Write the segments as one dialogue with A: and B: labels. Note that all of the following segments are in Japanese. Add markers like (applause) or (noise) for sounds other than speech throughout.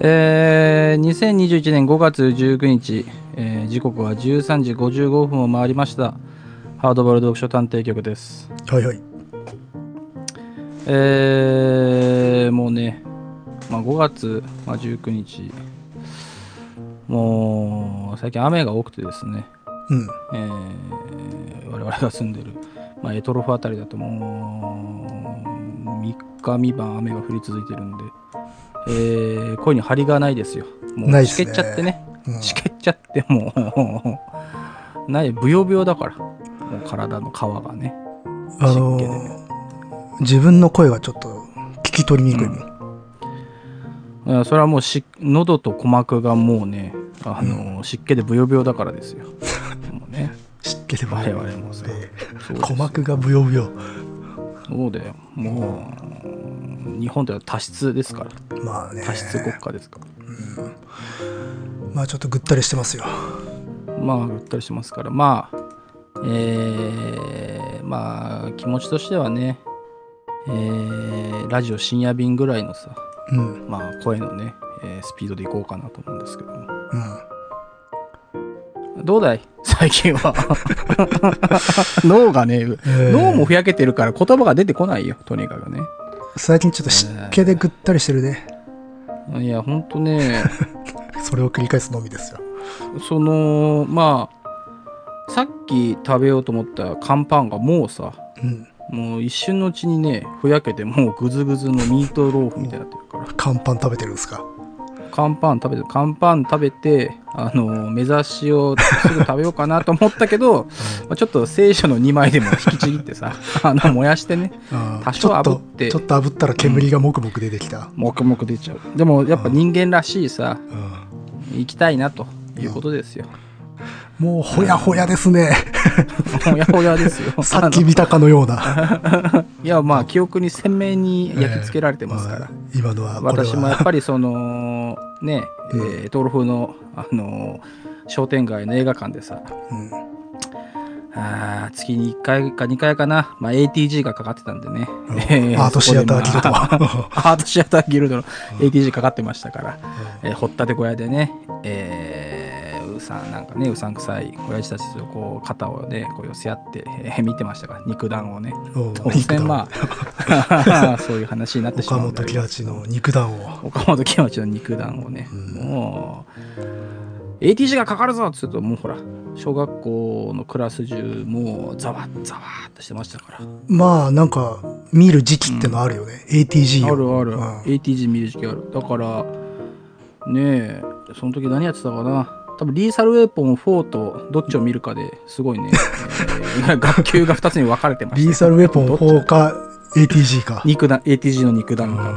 A: えー、2021年5月19日、えー時刻は13時55分を回りました。ハードボール読書探偵局です。
B: はいはい。
A: えー、もうね、まあ、5月、まあ、19日、もう最近雨が多くてですね、
B: うん。
A: えー我々が住んでる、まあ、エトロフあたりだともう3日三晩雨が降り続いてるんで、えー、声に張りがないですよも
B: ないうっ
A: し
B: す
A: け
B: ね
A: っちゃってね
B: うん
A: しけっちゃってもうないぶよぶよだからもう体の皮がね
B: あの
A: 湿気で
B: ー自分の声がちょっと聞き取りにくいもん。
A: うんそれはもうし喉と鼓膜がもうねあの、湿気でぶよぶよだからですよもう
B: (laughs)
A: ね
B: 湿気でも
A: 我々もさそう
B: で
A: です
B: 鼓膜がブヨブヨ。
A: そうだよもう日本では多湿ですから
B: まあね
A: 多。湿国家ですか
B: まあちょっとぐったりしてますよ。
A: らまあぐったりしますからまあえー、まあ気持ちとしてはねえーラジオ深夜便ぐらいのさ
B: うん。うん。
A: まあ声のね、えースピードでいこうかなと思うんですけどもどうだい最近は (laughs) 脳がね、
B: えー
A: 脳もふやけてるから言葉が出てこないよとにかくね
B: 最近ちょっと湿気でぐったりしてるね。
A: いやほんとね
B: それを繰り返すのみですよ。
A: そのまあさっき食べようと思った乾パンがもうさ
B: うん。
A: もう一瞬のうちにねふやけてもうグズグズのミートローフみたいになってるから
B: 乾パン食べてるんですか。
A: 乾パン食べて乾パン食べてあの目指しをすぐ食べようかなと思ったけど、まあちょっと聖書の2枚でも引きちぎってさ (laughs) あの燃やしてね
B: あー
A: 多少
B: ちょっと
A: 炙って
B: ちょっと炙ったら煙がもくもく出てきた。
A: 黙々出ちゃうでもやっぱ人間らしいさ
B: うん。
A: 行きたいなということですよ、
B: もうほやほやで
A: (laughs)
B: すね。
A: ほやほやですよ
B: (laughs) さっき見たかのような。
A: いやまあ記憶に鮮明に (laughs) 焼き付けられてますから、
B: ええ今のはこれは
A: 私もやっぱりそのね、え
B: う
A: ー、エトロフの、あのー商店街の映画館でさ
B: うん
A: あー月に1回か2回かな、まあ、ATG がかかってたんでね、
B: うん
A: え
B: アートシアターギル
A: そこ
B: ド
A: でまあ
B: は
A: アートシアターギルドの ATG かかってましたから、えー、ほったて小屋でね、えーうさんなんかねうさんくさい親父たちとこう肩をねこう寄せ合って、えー見てましたから肉弾をね
B: うん
A: 当
B: 肉弾
A: 然まあ (laughs) そういう話になってし
B: 岡
A: まうんだ
B: 本
A: け
B: 喜
A: ど
B: 八の肉弾を
A: 岡本喜八の肉弾をね、
B: うん
A: もう ATG がかかるぞっつうともうほら小学校のクラス中もうざわざわっとしてましたからあ
B: まあなんか見る時期ってのあるよね、ATG を
A: るある、
B: うん
A: ATG 見る時期あるだからねえその時何やってたかな多分リーサルウェポン4とどっちを見るかですごい
B: (laughs)
A: ね、えー学級が2つに分かれてまし
B: リ
A: た
B: ーサルウェポン4か ATG か
A: 肉弾 ATG の肉弾がね、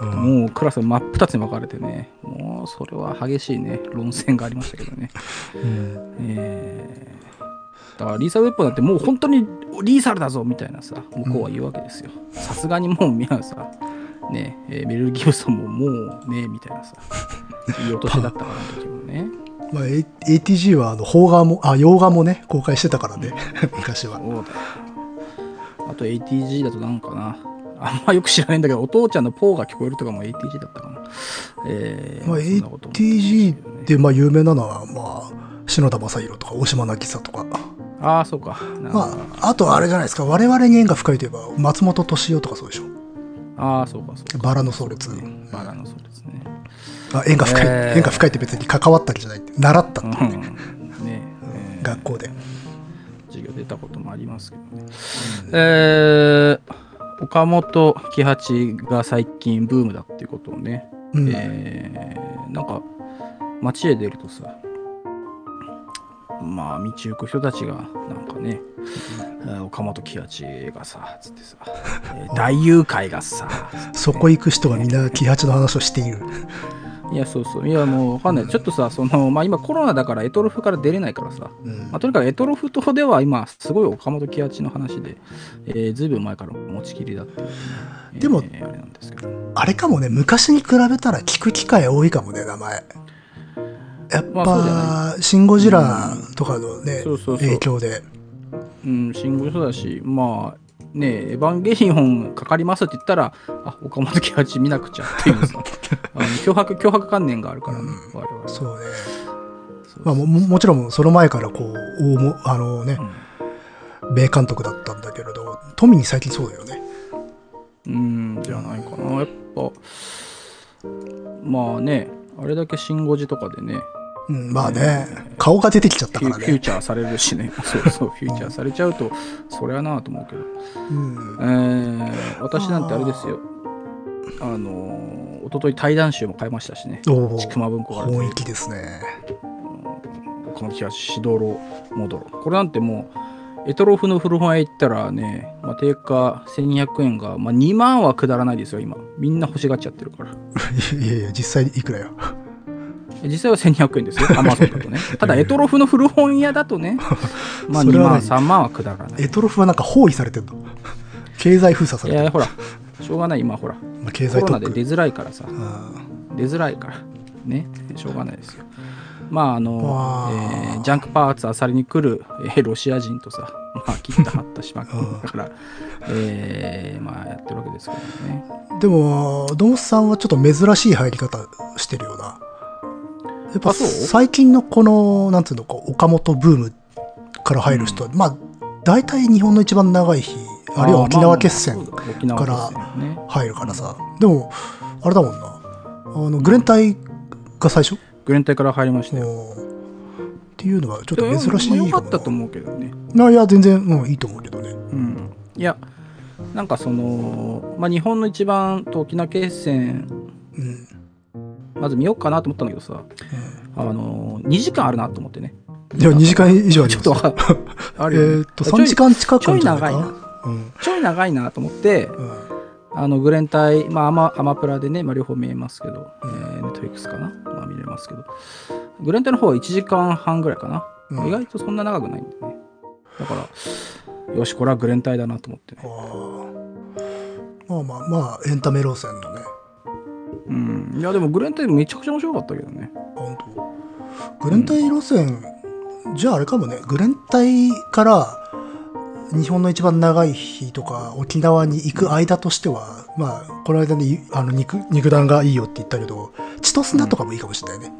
B: うん
A: もうクラス真っ二つに分かれてねもうそれは激しいね論戦がありましたけどね (laughs)
B: うん
A: えーだからリーサルウェポンだってもう本当にリーサルだぞみたいなさ向こうは言うわけですよさすがにもう皆さねえーメルル・ギブソンももうねみたい
B: (laughs)
A: なさいいお年だったからあの時もね
B: まあ、A- ATG はあの邦画もあ洋画もね公開してたからね昔は
A: そうだあと ATG だとなんかなあんまよく知らないんだけどお父ちゃんのポーが聞こえるとかも ATG だったかなえー
B: まあ、
A: (laughs) そんなことも
B: ATG でまあ有名なのは、まあ、篠田正宏とか大島渚とか、
A: ああそうかなんか
B: まあ、あとはあれじゃないですか我々に縁が深いといえば松本敏夫とかそうでしょ
A: ああそうかそうか
B: バラの葬列
A: バラのそうですね
B: あ縁が深い、
A: えー
B: 縁が深いって別に関わったわけじゃないって習ったっていうね、
A: うんねえー
B: 学校で
A: 授業出たこともありますけどね。えー岡本喜八が最近ブームだっていうことをね、
B: うん、
A: えーなんか街へ出るとさ、まあ道行く人たちがなんかね、えー岡本喜八がさ、つってさ、えー大誘拐がさ、
B: そこ行く人がみんな喜八の話をしている
A: いやそうそう、いやもうわかんない。ちょっとさ、その、まあ今コロナだからエトロフから出れないからさ、
B: うん
A: まあ、とにかくエトロフ島では今すごい岡本喜八の話で、えー、ずいぶん前から持ちきりだっていうね、
B: でも
A: えーあれなんですけど
B: あれかもね昔に比べたら聞く機会多いかもね名前やっぱ、
A: まあそうじゃ
B: シン・ゴジラ」とかのね、
A: そうそうそう
B: 影響で
A: うんシングルそうだしまあねえエヴァンゲリオンかかりますって言ったら、あ、岡本喜八見なくちゃっていう
B: (laughs)
A: さ、あの脅迫、脅迫観念があるからね、
B: うん
A: 我々。
B: そうね。
A: そう
B: まあも、ももちろんその前からこう、大もあのね
A: う、ん
B: 名監督だったんだけれど、富に最近そうだよね。
A: うんじゃないかなやっぱまあねあれだけ「シン・ゴジ」とかでね
B: うん、まあね、顔が出てきちゃった
A: フ
B: か
A: ュ
B: ら
A: フュー
B: ね。
A: チャーされるしね (laughs) そうそうフューチャーされちゃうとそれはなあと思うけど、
B: うん
A: え。ー私なんてあれですよあのー一昨日対談集も買いましたしね
B: おお、
A: ちくま文庫がある
B: 本域ですね。
A: この日はしどろもどろこれなんてもうエトロフの古本屋行ったらね、まあ、定価1200円が、まあ、2万はくだらないですよ今みんな欲しがっちゃってるから
B: いやいや、実際いくらよ。
A: 実際は1200円ですよ、アマゾンだ
B: (laughs)
A: とね。ただ、エトロフの古本屋だとね、まあ
B: それ
A: 2
B: は
A: 万、
B: ない
A: 3万はくだらない。
B: エトロフはなんか包囲されてんの。 (laughs) 経済封鎖さ
A: い
B: れて
A: や、
B: る。
A: ほら、しょうがない、今、ほら、
B: まあ、経
A: コ
B: 済
A: ロ
B: 特
A: ナ
B: 区
A: で出づらいからさ、
B: うん
A: 出づらいから、ね、しょうがないですよ。まあ、あの
B: わ、あ
A: えージャンクパーツあさりに来る、えーロシア人とさ、まあ、切った張ったしまく
B: うん
A: だから、えーまあ、やってるわけですけどね。
B: でも、ドンさんはちょっと珍しい入り方してるような。やっぱ
A: あそう
B: 最近のこの、なんつうのか、岡本ブームから入る人は、まあ、大体日本の一番長い日、あるいは沖
A: ま
B: 縄
A: あ
B: 決戦
A: そうだ沖縄
B: から
A: 決戦ね。
B: 入るからさ。でも、あれだもんな。あの、グレン隊が最初
A: グレン隊から入りましたよ。
B: うんっていうのはちょっと
A: で
B: 珍しい
A: も
B: かも
A: 良
B: な
A: かったと思うけどね。
B: な。いや、全然、うん、いいと思うけどね。
A: うん、いやなんかその、まあ、日本の一番と沖縄決戦
B: うん。
A: まず見ようかなと思ったんだけどさあの2時間あるなと思ってね
B: うんいや、2時間以上あり
A: ちょ
B: ま
A: っ
B: す
A: と
B: よ。
A: わあ
B: (laughs) え
A: るよね
B: ーっと、3時間近くあるんじゃない
A: ちょい
B: か。うん。
A: ちょい長いなと思って
B: うん
A: あのグレン隊、まあ、アマアマプラでね、まあ、両方見えますけど、えー、ネットフリックスかな、まあ、見れますけどグレン隊の方は1時間半ぐらいかな、
B: うん
A: 意外とそんな長くないんでねだからよしこれはグレン隊だなと思ってね
B: あーまあまあまあエンタメ路線のね
A: うんいやでもグレン隊めちゃくちゃ面白かったけどね
B: あ本当グレンタイ路線、じゃああれかもねグレンタイから日本の一番長い日とか沖縄に行く間としてはまあこの間にあの肉肉弾がいいよって言ったけどチトスナとかもいいかもしれないね、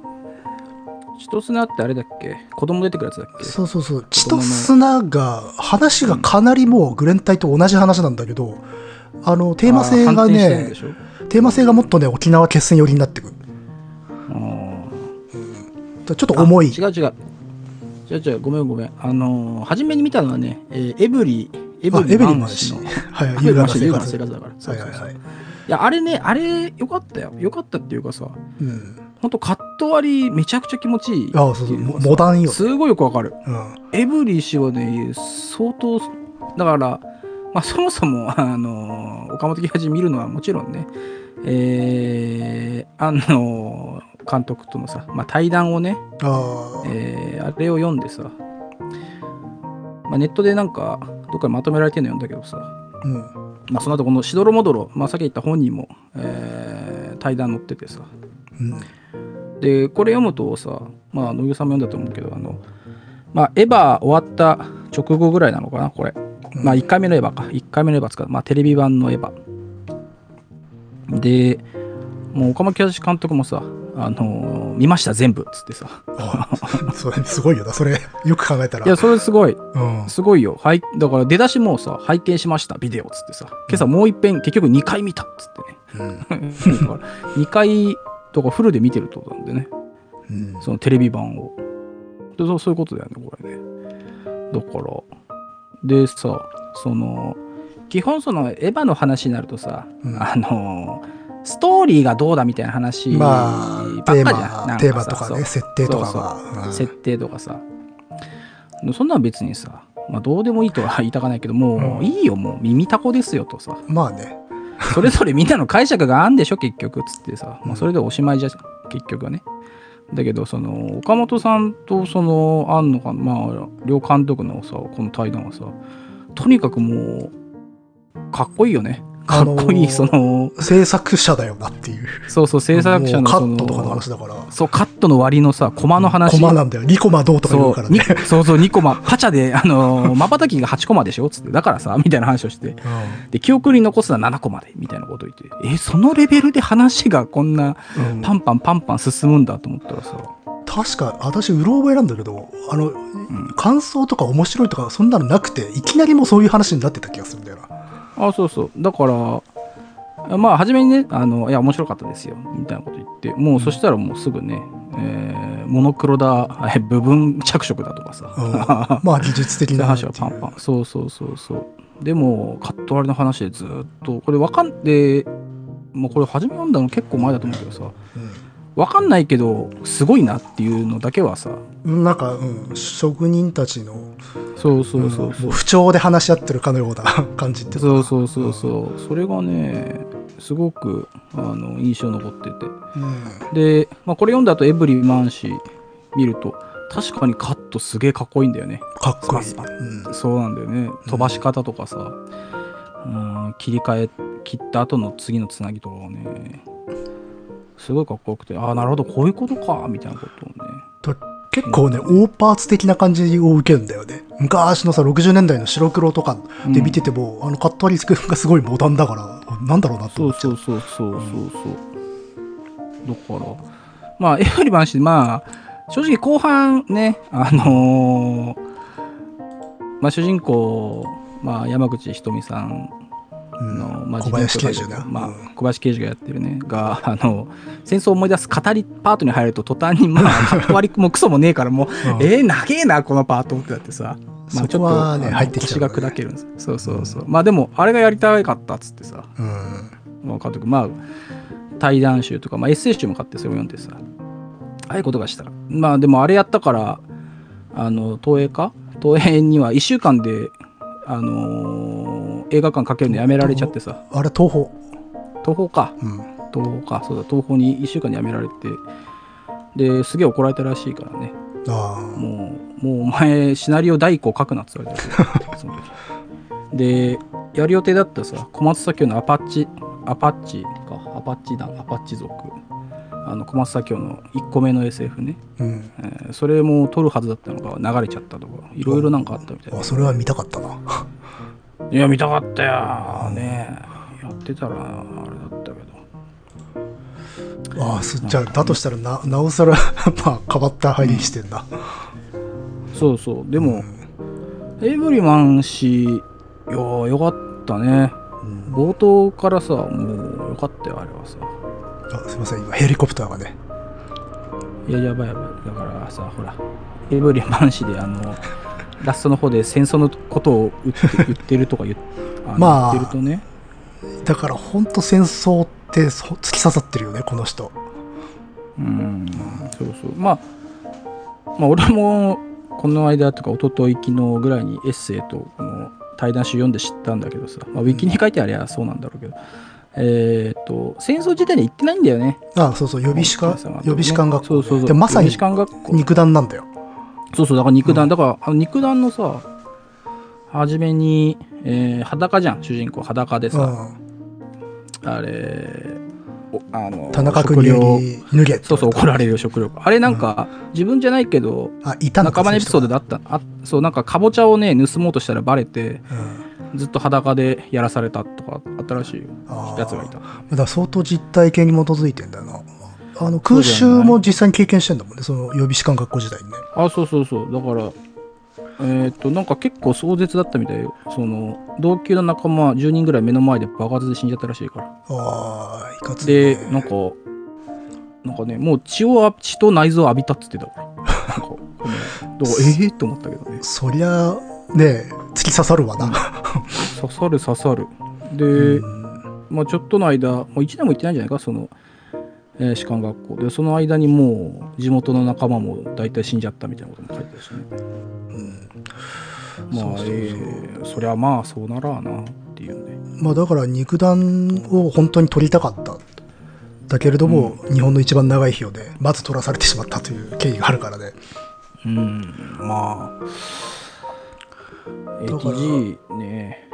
A: 千と砂ってあれだっけ子供出てくるやつだっけ
B: そうそうそうチトスナが話がかなりもうグレンタイと同じ話なんだけどあのテーマ性
A: あ
B: が
A: 反転してるん
B: ね
A: でしょ
B: テーマ性がもっとね沖縄決戦寄りになってくる
A: あ
B: ちょっと
A: ー
B: 重い
A: あ違う違う違う違うごめんごめんあのー初めに見たのはね、えーエブリエ
B: あ
A: ブリ
B: エブリ
A: マ
B: ン
A: ン
B: マン
A: 氏
B: 氏
A: のエ
B: はい
A: ブリ
B: 優雅
A: マン
B: な
A: 氏の
B: 生
A: 優雅な
B: 活
A: 生活だからそう
B: はい
A: そうそ
B: はい
A: う
B: はい
A: いやあれねあれよかったよよかったっていうかさ
B: うん
A: ほんとカット割りめちゃくちゃ気持ちいい
B: あそうそうモモダンよ
A: すごいよくわかる
B: うん
A: エブリ氏はね相当だから、まあ、そもそも、あの岡本喜八見るのはもちろんね、えー、あの監督とのさ、まあ、対談をね、
B: あー
A: えーあれを読んでさ、まあ、ネットでなんかどっかにまとめられてるの読んだけどさ、
B: うん
A: まあ、その後このしどろもどろ、まあ、さっき言った本人も、えー対談載っててさ
B: うん
A: でこれ読むとさまあ野木さんも読んだと思うけどあのまあエヴァ終わった直後ぐらいなのかなこれ
B: うん
A: まあ1回目のエヴァか1回目のエヴァ使うまあテレビ版のエヴァでもう岡本清監督もさあのー見ました全部っつってさ
B: あそれすごいよなそれよく考えたら
A: いやそれすごい
B: うん
A: すごいよはいだから出だしもさ拝見しましたビデオっつってさ今朝もう一遍結局2回見たっつってね
B: う
A: (laughs)
B: ん
A: だから2回とかフルで見てるってことなんでね
B: うん
A: そのテレビ版を。でそうそういうことだよね、これね。だから。でさ、その、基本そのエヴァの話になるとさ、
B: うん
A: あのー、ストーリーがどうだみたいな話ば
B: ま
A: っかじ
B: あテー
A: ゃん。な
B: マ
A: ん
B: テー
A: か
B: マ
A: さ
B: とか
A: そう
B: ね設定とかがうん
A: 設定とかさ。そんなん別にさ、まあ、どうでもいいとは言いたかないけど、も
B: う
A: うんいいよ、もう耳たこですよとさ。
B: まあね
A: それぞれみんなの解釈があんでしょ結局っつってさ、
B: う
A: まあ、
B: ん
A: それでおしまいじゃん結局はねだけどその岡本さんとその庵野かまあ両監督のさこの対談はさとにかくもうかっこいいよねかっこいい、その、
B: 制作者だよなっていう。
A: そうそう、制作者
B: も
A: の
B: うカ
A: そ
B: ッ
A: の
B: トとかの話だから。
A: そう、カットの割のさ、コマの話。
B: コマなんだよ。2コマどうとか言
A: そうう
B: からね。
A: にそうそう、2コマ。パチャで、あのー、瞬きが8コマでしょつって、だからさ、みたいな話をして。
B: うん
A: で、記憶に残すのは7コマで、みたいなこと言って。え、そのレベルで話がこんな、
B: うん
A: パンパンパンパン進むんだと思ったらさ、
B: 確か、私、うろ覚えなんだけど、あの、感想とか面白いとか、そんなのなくて、いきなりもうそういう話になってた気がするんだよな。
A: あそうそうだからまあ初めにねあのいや面白かったですよみたいなこと言ってもうそしたらもうすぐね、えーモノクロだえ部分着色だとかさ、
B: うん
A: (laughs)
B: まあ、技術的
A: そういう
B: な
A: 話はパンパンそうそうそうそうでもカット割りの話でずっとこれわかんでもうこれ初め読んだの結構前だと思うけどさわかんないけどすごいなっていうのだけはさ
B: うん、なんか、うん、職人たちの、
A: そうそうそうそう
B: もう不調で話し合ってるかのような (laughs) 感じっていうのか
A: そ
B: な
A: うそうそうそうそれがねすごくあの印象残ってて
B: うん
A: で、まあ、これ読んだ後エブリマン氏見ると確かにカットすげえかっこいいんだよね
B: かっこいい。
A: スパスパ
B: うん
A: そうなんだよね飛ばし方とかさ、うん、切り替え切った後の次のつなぎとかがねすごいかっこよくてああなるほどこういうことかみたいなことをね
B: と結構ね、オーパーツ的な感じを受けるんだよね。昔のさ、60年代の白黒とかで見てても、あのカット割りスクがすごいモダンだから、なんだろうなと
A: そ
B: 思
A: う
B: っちゃ。
A: そううそうそうそうそうだからまあエブリマン氏まあ正直後半ねあのーまあ主人公、まあ、山口ひとみさん
B: うん
A: の、まあ、
B: 小林
A: 自
B: 刑
A: 分とい
B: 事
A: う
B: な。
A: かまあ
B: うん、
A: 小林刑事がやってるねが (laughs) あの戦争を思い出す語りパートに入ると途端にま
B: (laughs)
A: あ割りもクソもねえからもう、
B: うん
A: えー、長えなこのパートってだってさ、まあ、
B: そこはね
A: あの
B: 入ってきちゃうよね
A: 腰が砕けるんですそうそうそう、まあでもあれがやりたかったっつってさ、
B: うん
A: まあ、監督まあ対談集とか、まあ、エッセイ集も買ってそれを読んでさああいうことがしたらまあでもあれやったからあの東映か東映には1週間であのー映画館かけるのやめられちゃってさ
B: あれ、東宝。
A: 東宝か
B: うん。
A: 東宝かそうだ東宝に1週間でやめられてですげえ怒られたらしいからね
B: あ
A: もうもうお前シナリオ第1個書くなって言われたらしいその時でやる予定だったさ小松左京のアパッチアパッチかアパッチ団アパッチ族あの小松左京の1個目の SF ね、
B: あ。うん。
A: えーそれも撮るはずだったのが流れちゃったとかいろいろなんかあったみたい
B: あ、それは見たかったな。
A: いや見たかったよねやってたらあれだったけど
B: ああ、そじゃあ、だとしたらな、なおさら、 (laughs) まあ、変わった入りしてんだ。
A: そうそうでも、エイブリマン氏いやーよかったね
B: うん
A: 冒頭からさもうよかったよあれはさ
B: あすいません、今、ヘリコプターがね。
A: いややばいやばいだからさほらエイブリマン氏であ
B: (laughs)
A: のラストの方で戦争のことを言って言ってるとか言っあの
B: まあ
A: 言ってるとね
B: だから、ほんと戦争ってそ突き刺さってるよね、この人。
A: うんそうそうまあまあ俺もこの間とか一昨日昨日ぐらいにエッセイとこの対談集読んで知ったんだけどさ、まあ、ウィキに書いてありゃそうなんだろうけど、えーっと戦争自体に行ってないんだよね
B: ああそうそう、予備士官、
A: さんは
B: 予備士官学校
A: そうそうそう
B: でまさに
A: 予備士官学校
B: 肉弾なんだよ。
A: そうそうだから肉弾、だからあの肉弾のさ初めに、えー裸じゃん主人公裸で
B: う
A: さ、
B: ん。
A: あれおあの
B: 田中
A: 食
B: 邦衛
A: 料
B: に脱げって言われた
A: そうそう怒られるよ食料あれなんか、自分じゃないけど
B: あ、いたの
A: 仲間のエピソードであったあそうなんかかぼちゃをね盗もうとしたらバレて
B: そういう人が
A: ずっと裸でやらされたとかあったらしいよ
B: あー
A: やつがいた
B: うん。だから相当実体系に基づいてんだよな。あの、空襲も実際に経験してんだもんね、その予備士官学校時代にね。
A: あそうそうそうだからえーっとなんか結構壮絶だったみたいよその同級の仲間10人ぐらい目の前で爆発で死んじゃったらしいから
B: ああ、いかつい
A: で
B: ね
A: なんかなんかねもう血を浴び血と内臓を浴びたっつってたからなんかこのだからええと思ったけどね
B: そりゃ、ねえ突き刺さるわな。
A: 刺さる刺さる (laughs) で、
B: うん
A: まあ、ちょっとの間、もう1年も行ってないんじゃないか、その、えー士官学校で、その間にもう、地元の仲間も大体死んじゃったみたいなことも書いてるしね。まあ、
B: そうそうそう
A: えーそりゃまあ、そうならあなっていうね。
B: まあだから肉弾を本当に取りたかった。だけれども、日本の一番長い日をね、まず取らされてしまったという経緯があるからね。
A: うん、まあ、
B: だから
A: ATG ね、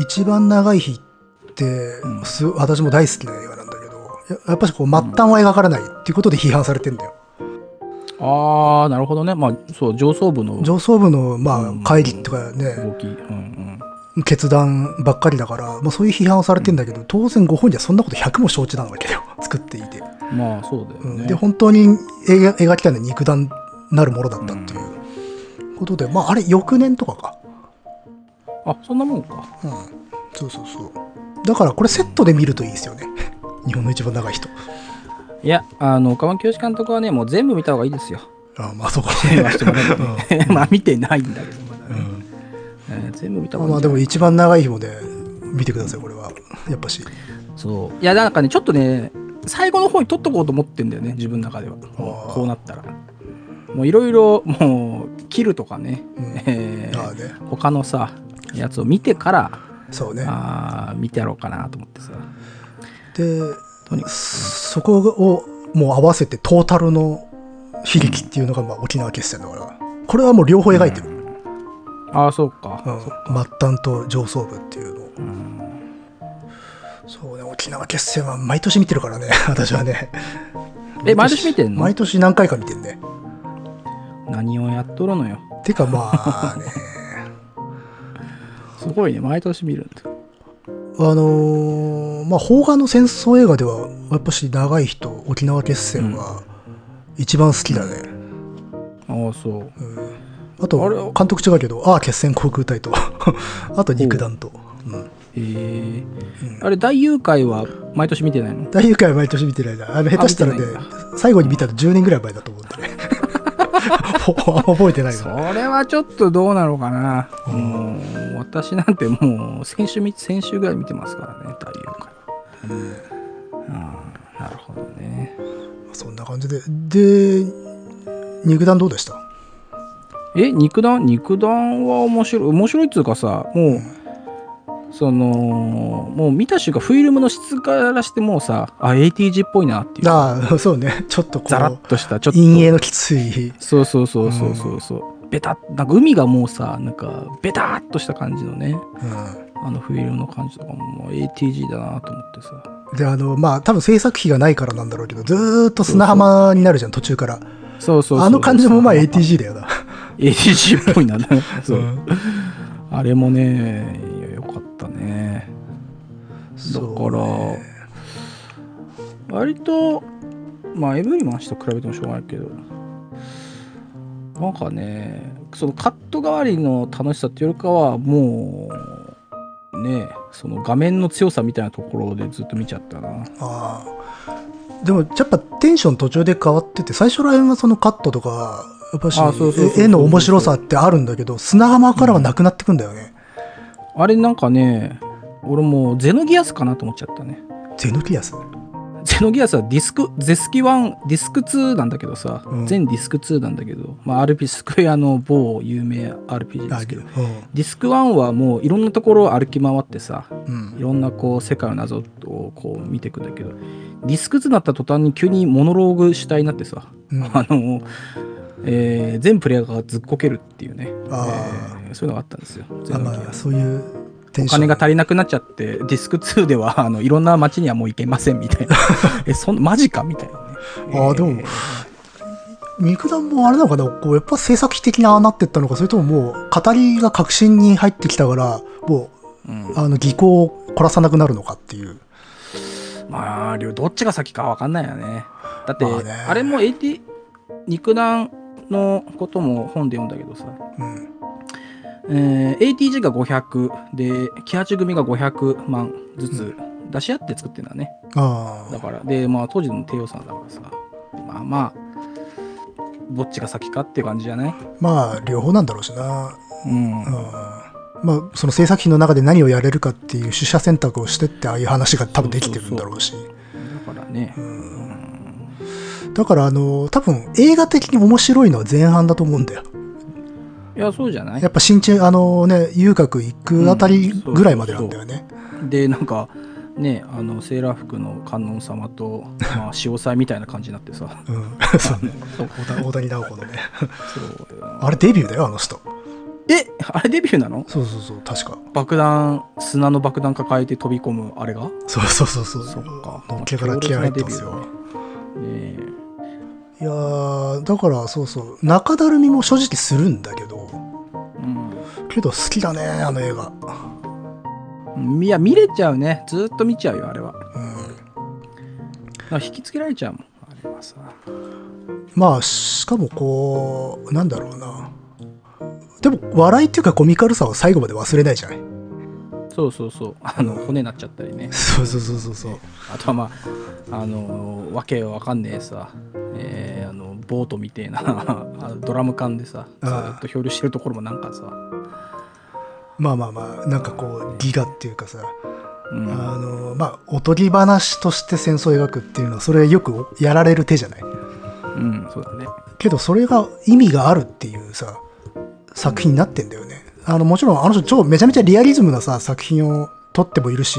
B: 一番長い日って、
A: うん
B: す私も大好きな映画なんだけどややっぱしこう末端は描かれないっていうことで批判されてんだよ、
A: ああ、なるほどね。まあ、そう、上層部の動
B: 上層部のま
A: うん
B: あ会議とかね、
A: き。うん
B: 決断ばっかりだから、まあ、そういう批判をされてんだけど、当然ご本人はそんなこと100も承知なわけだよ作っていて、
A: うん。まあ、そうだよ
B: うん
A: ね。
B: で本当に描描きたいのは肉弾なるものだったっていうことで、まああれ翌年とかか
A: あ、そんなもんか。
B: うん、そうそうそうだからこれセットで見るといいですよね (laughs) 日本の一番長い人
A: いや、あの、岡間清監督はね、もう全部見た方がいいですよ。
B: あまあそこ
A: 見
B: ね、
A: ま
B: (laughs)
A: してもね (laughs) まあ、見てないんだけど、まだ
B: う
A: ね
B: ん
A: えー全部見た
B: まあ
A: 方が
B: ま
A: いい
B: あで
A: で
B: も
A: も
B: 一番長い日もね見てくださいこれはやっぱし
A: そう。いや、なんかね、ちょっとね、最後の方に撮っとこうと思ってんだよね、自分の中では。もうこうなったら。もういろいろ、もう、切るとかね、
B: うん
A: えー
B: ああね
A: 他のさ、やつを見てから、
B: そうね
A: あー見てやろうかなと思ってさ。
B: で
A: とにかく
B: そこをもう合わせてトータルの悲劇っていうのがまあ沖縄決戦だからこれはもう両方描いてる、うん
A: ああ、そうか。
B: 末端と上層部っていうのを
A: うん
B: そうね沖縄決戦は毎年見てるからね (laughs) 私はね
A: え、毎年見てんの
B: 毎年何回か見てんね
A: 何をやっとるのよ。
B: てかまあね
A: すごいね、毎年見るんだ。
B: あのーまあ邦画の戦争映画ではやっぱし長い人沖縄決戦は一番好きだね、
A: ああ、そう。
B: あ
A: あれ
B: と監督違うけどああ決戦航空隊と (laughs) あと肉弾と、うん、
A: へえ。あれ、大誘拐は毎年見てないの
B: 大誘拐は毎年見てないなあの下手したらね
A: 見てないん
B: 最後に見たの10年ぐらい前だと思うん
A: (laughs)
B: だねほあんま覚えてない
A: そ
B: の
A: れはちょっとどうなのかな。もう、私なんてもう、先週見、先週ぐらい見てますからね、大誘拐。うん。なるほどね。
B: そんな感じでで肉弾どうでした
A: え、肉弾肉弾は面白い。面白いっつうかさ、もう、その、もう見た瞬間、フィルムの質からしてもうさ、あ、ATG っぽいなっていう。
B: ああそうねちょっとこ
A: ザラッ
B: う
A: とした、ちょっと。
B: 陰影のきつい
A: そうそうそうそうそうそう。ベタッなんか海がもうさ、なんかベターっとした感じのね、
B: う
A: あのフィルムの感じとかももう ATG だなと思ってさ。
B: ん、であのまあ多分制作費がないからなんだろうけどずーっと砂浜になるじゃん途中から
A: そうそうそう
B: あの感じもまあ ATG だよな
A: ATG っぽいな。 (laughs) そう、
B: うん
A: あれもね、いやよかったね。だから、割と、まあエブリマン氏と比べてもしょうがないけど、なんかね、そのカット代わりの楽しさっていうよりかは、もう、ね、その画面の強さみたいなところでずっと見ちゃったな。
B: ああでもやっぱテンション途中で変わってて最初ら辺はそのカットとかやっぱし
A: あそうそうそう
B: 絵の面白さってあるんだけど砂浜からはなくなってくんだよね、
A: あれなんかね、俺もうゼノギアスかなと思っちゃったね。
B: ゼノキアス
A: ゼノギアスはディスク、ゼスキ1、ディスク2なんだけどさ、
B: うん
A: 全ディスク2なんだけど、まあ RP、スクエアの某有名 RPG で
B: あ
A: すけど、
B: う
A: ディスク1はもういろんなところを歩き回ってさ、
B: ん
A: いろんなこう世界の謎をこう見ていくんだけど、ディスク2になった途端に急にモノローグ主体になってさ、
B: うん、うん、
A: あの、えー全プレイヤーがずっこけるっていうね、
B: あ
A: えーそういうのがあったんですよ。ゼ
B: あ
A: ノギ
B: ま
A: ア
B: あ
A: ス
B: そういうテ
A: お
B: ンション
A: 金が足りなくなっちゃってディスク2ではあ (laughs) のいろんな街にはもう行けませんみたい
B: (laughs)
A: なえそんマジかみたいなね
B: あーでも肉弾もあれなのかなこうやっぱ制作費的ななってったのかそれとももう語りが革新に入ってきたからも
A: うん
B: うあの技巧を凝らさなくなるのかっていう
A: まあ両どっちが先かわかんないよねだって、
B: ま
A: あ
B: あね
A: れも AT 肉弾のことも本で読んだけどさ、
B: うん
A: えー ATG が500で喜八組が500万ずつ出し合って作ってるんだね、
B: あ
A: だからでまあ当時の低予算だからさまあまあどっちが先かっていう感じじゃない
B: あまあ両方なんだろうしな
A: うん
B: うんまあその制作費の中で何をやれるかっていう取捨選択をしてってああいう話が多分できてるんだろうし
A: だからね、
B: だからあの多分映画的に面白いのは前半だと思うんだよ
A: いやそうじゃない
B: やっぱ新中あのね遊郭行くあたりぐらいまでなんだよね、
A: でなんかねあのセーラー服の観音様と、まあ、
B: (laughs)
A: 潮騒みたいな感じになってさ
B: うん、そうね大谷大谷直子のね
A: そう
B: あれデビューだよ、あの人。
A: えあれデビューなの
B: そうそうそう、確か。
A: 爆弾砂の爆弾抱えて飛び込むあれが
B: そうそうそうそう。
A: そっか
B: のっけから気合入ったんですよ。
A: ね
B: いやー、だからそうそう、中だるみも正直するんだけど、けど好きだね、あの映画。
A: うん、いや見れちゃうねずーっと見ちゃうよあれは
B: うん。
A: なんか引きつけられちゃうもんあれはさ
B: まあ、しかもこう、なんだろうな。でも、笑いっていうかコミカルさは最後まで忘れないじゃない。
A: そうそうそうあの骨になっちゃったりね
B: そうそうそうそうそう。
A: あとはまああのわけわかんねえさ、えーあのボートみてえな (laughs) あのドラム缶でさずーっと漂流してるところもなんかさ、
B: まあまあまあ、なんかこう、ギガっていうかさ、
A: うん、
B: あの、まあ、おとぎ話として戦争を描くっていうのは、それよくやられる手じゃない。
A: うん、そうだね。
B: けど、それが意味があるっていうさ、作品になってんだよね。あの、もちろん、あの人、超めちゃめちゃリアリズムなさ、作品を撮ってもいるし、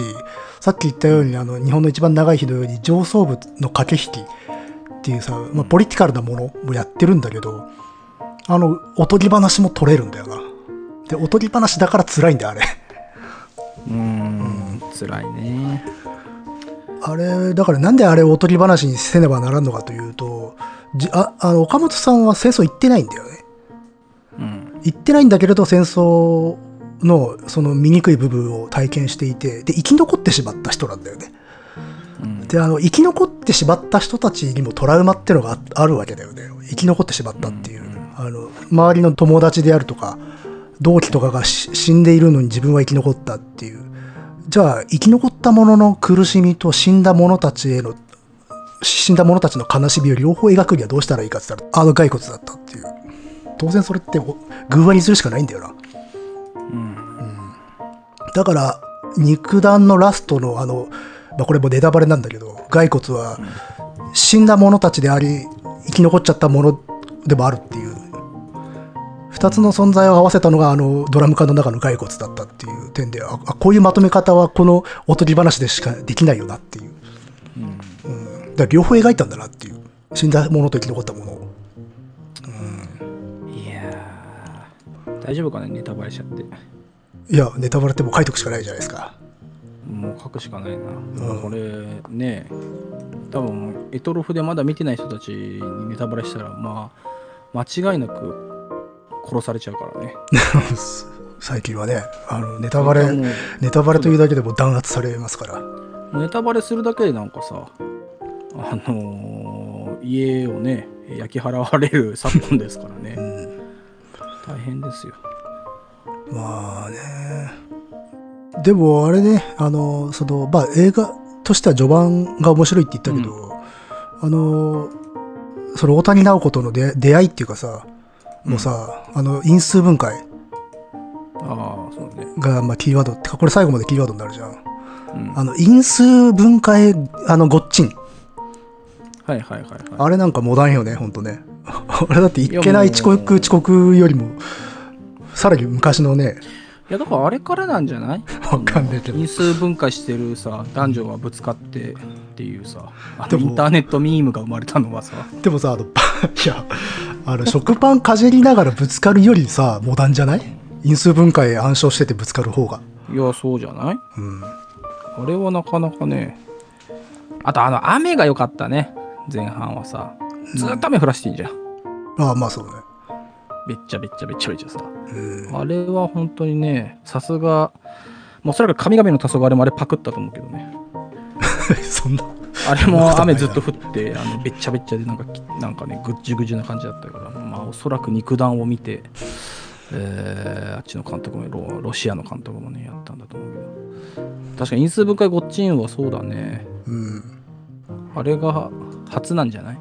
B: さっき言ったように、あの、日本の一番長い日のように、上層部の駆け引きっていうさ、まあ、ポリティカルなものもやってるんだけど、あの、おとぎ話も撮れるんだよな。で、おとぎ話だから辛いんだよ、あれ。
A: うーん、辛いね。
B: あれ、だからなんであれをおとぎ話にせねばならんのかというと、じああの岡本さんは戦争行ってないんだよね。
A: うん、
B: 行ってないんだけれど戦争のその醜い部分を体験していて、で、生き残ってしまった人なんだよね。
A: うん、
B: で、あの、生き残ってしまった人たちにもトラウマってのがああるわけだよね。生き残ってしまったっていう。あの、周りの友達であるとか、同期とかがし死んでいるのに自分は生き残ったっていう。じゃあ、生き残った者の苦しみと死んだ者たちへの、死んだ者たちの悲しみを両方描くにはどうしたらいいかって言ったら、あの骸骨だったっていう。当然それってお偶話にするしかないんだよな。
A: うん、
B: だから肉弾のラストのあの、まあ、これもネタバレなんだけど骸骨は死んだ者たちであり生き残っちゃった者でもあるっていう2つの存在を合わせたのがあのドラム缶の中の骸骨だったっていう点でああこういうまとめ方はこのおとぎ話でしかできないよなっていう、うん、だから両方描いたんだなっていう死んだ者と生き残った者を
A: いやー、大丈夫かな、ネタバレしちゃって。
B: いやネタバレってもう書いとくしかないじゃないですか
A: もう書くしかないな。これ、ね、多分エトロフでまだ見てない人たちにネタバレしたら、まあ、間違いなく殺されちゃうからね。
B: (laughs) 最近はねあのネタバレ
A: もう
B: ネタバレというだけでも弾圧されますから
A: もうネタバレするだけでなんかさ、あのー家をね、焼き払われる昨今ですからね。大変ですよ。
B: まあねでもあれねあのそのまあ映画としては序盤が面白いって言ったけど、あのその大谷直子との出出会いっていうかさもうさ、あの因数分解
A: ああ、そうね。
B: がまあキーワードってかこれ最後までキーワードになるじゃん
A: うん、
B: あの因数分解あのごっちん
A: はいはいはいはい。
B: あれなんかモダンよね、ほんとね。 (laughs) あれだって、いけない遅刻、遅刻よりも、さらに昔のね、
A: いやだからあれからなんじゃない
B: わかんねえけど
A: 因数分解してるさ男女がぶつかってっていうさあ
B: で
A: の
B: も
A: インターネットミームが生まれたのはさ
B: でもさ、あの、パいや、あの、食パンかじりながらぶつかるよりさ、モダンじゃない因数分解暗唱しててぶつかる方が。
A: いやそうじゃない
B: うん。
A: あれはなかなかねあとあの雨が良かったね前半はさずーっと雨降らしてんじゃん、
B: ああ、まあそうね。
A: べっちゃべっちゃべっちゃべっちゃさ
B: うん。
A: あれは本当にねさすがまあおそらく神々の黄昏もあれパクったと思うけどね
B: そんな。
A: あれも雨ずっと降って、あのべっちゃべっちゃでなんかきなんかね、ぐっじゅぐじゅな感じだったから、まあ、おそらく肉弾を見て、えーあっちの監督もロ、ロシアの監督もね、やったんだと思うけど、確かに因数分解ごっちんはそうだね、
B: うん。
A: あれが初なんじゃない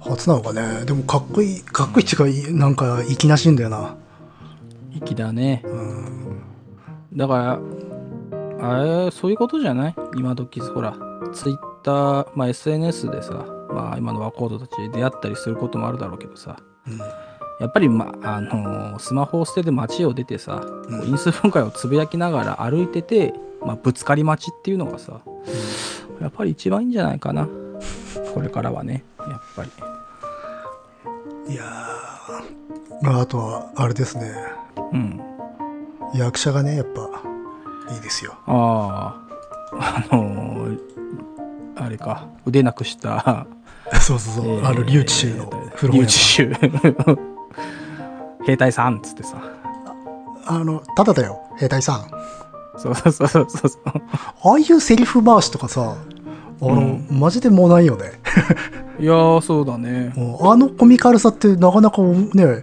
B: 初なのかね。でも、かっこいい、かっこいいっていうか、いなんか、粋なしいんだよな。
A: 粋だね。
B: うん。
A: だから、あれ、そういうことじゃない今時ほら、ツイッター、まあ、SNS でさ、まあ、今の若人たち出会ったりすることもあるだろうけどさ、
B: うん
A: やっぱり、まあのースマホを捨てて街を出てさ、
B: うん
A: こう因数分解をつぶやきながら歩いてて、まあ、ぶつかり待ちっていうのがさ、やっぱり一番いいんじゃないかなこれからはねやっぱり
B: いやーまあ、あとは、あれですね。
A: うん。
B: 役者がね、やっぱ、いいですよ。
A: ああ、あのーあれか、腕なくした、
B: (laughs) そうそうそう。あの、
A: えー
B: リュウチシュウの古
A: リュ
B: 本
A: ウ
B: 屋
A: チ
B: さ
A: シュ兵隊さんっつってさ。
B: ん。あの、ただだよ、兵隊さん。
A: そうそうそうそうそう。
B: ああいうセリフ回しとかさ、あの、
A: うん
B: マジでもうないよね。
A: いやー、そうだね。
B: もうあのコミカルさってなかなかね、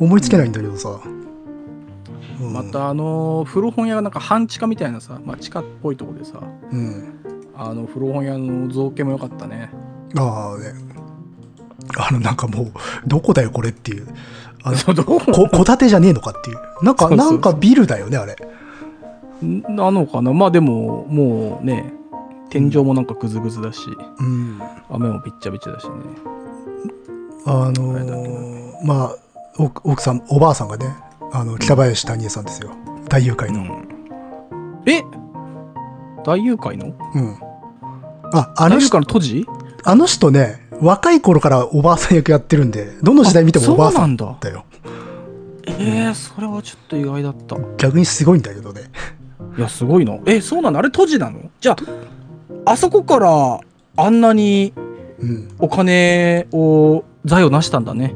B: 思いつけないんだけどさ。うん
A: ま、たあのー古本屋がなんか半地下みたいなさ、まあ、地下っぽいとこでさ
B: うん。
A: あの古本屋の造形も良かったね
B: ああね。あの、なんかもう、どこだよ、これっていう。あ (laughs) の、
A: そう (laughs) どこ
B: こ、戸建てじゃねえのかっていう。なんか、
A: そうそう
B: なんかビルだよね、あれ。
A: なのかなまあでももうね天井もなんかグズグズだし
B: うん。
A: 雨もびっちゃびちゃだしね
B: あの
A: あれだっけ
B: ーまあ奥奥さんおばあさんがねあの北林谷江さんですよ大誘拐の
A: え大誘拐の
B: うん、ああ
A: 大
B: の
A: 誘
B: 人
A: 拐の都知
B: あの人ね若い頃からおばあさん役やってるんでどの時代見てもおばあさん
A: そうなんだ
B: だよ
A: えー、それはちょっと意外だったい
B: 逆にすごいんだけどね
A: やすごいなえそうなのあれ都知なのじゃああそこからあんなに
B: うん
A: お金を財を成したんだね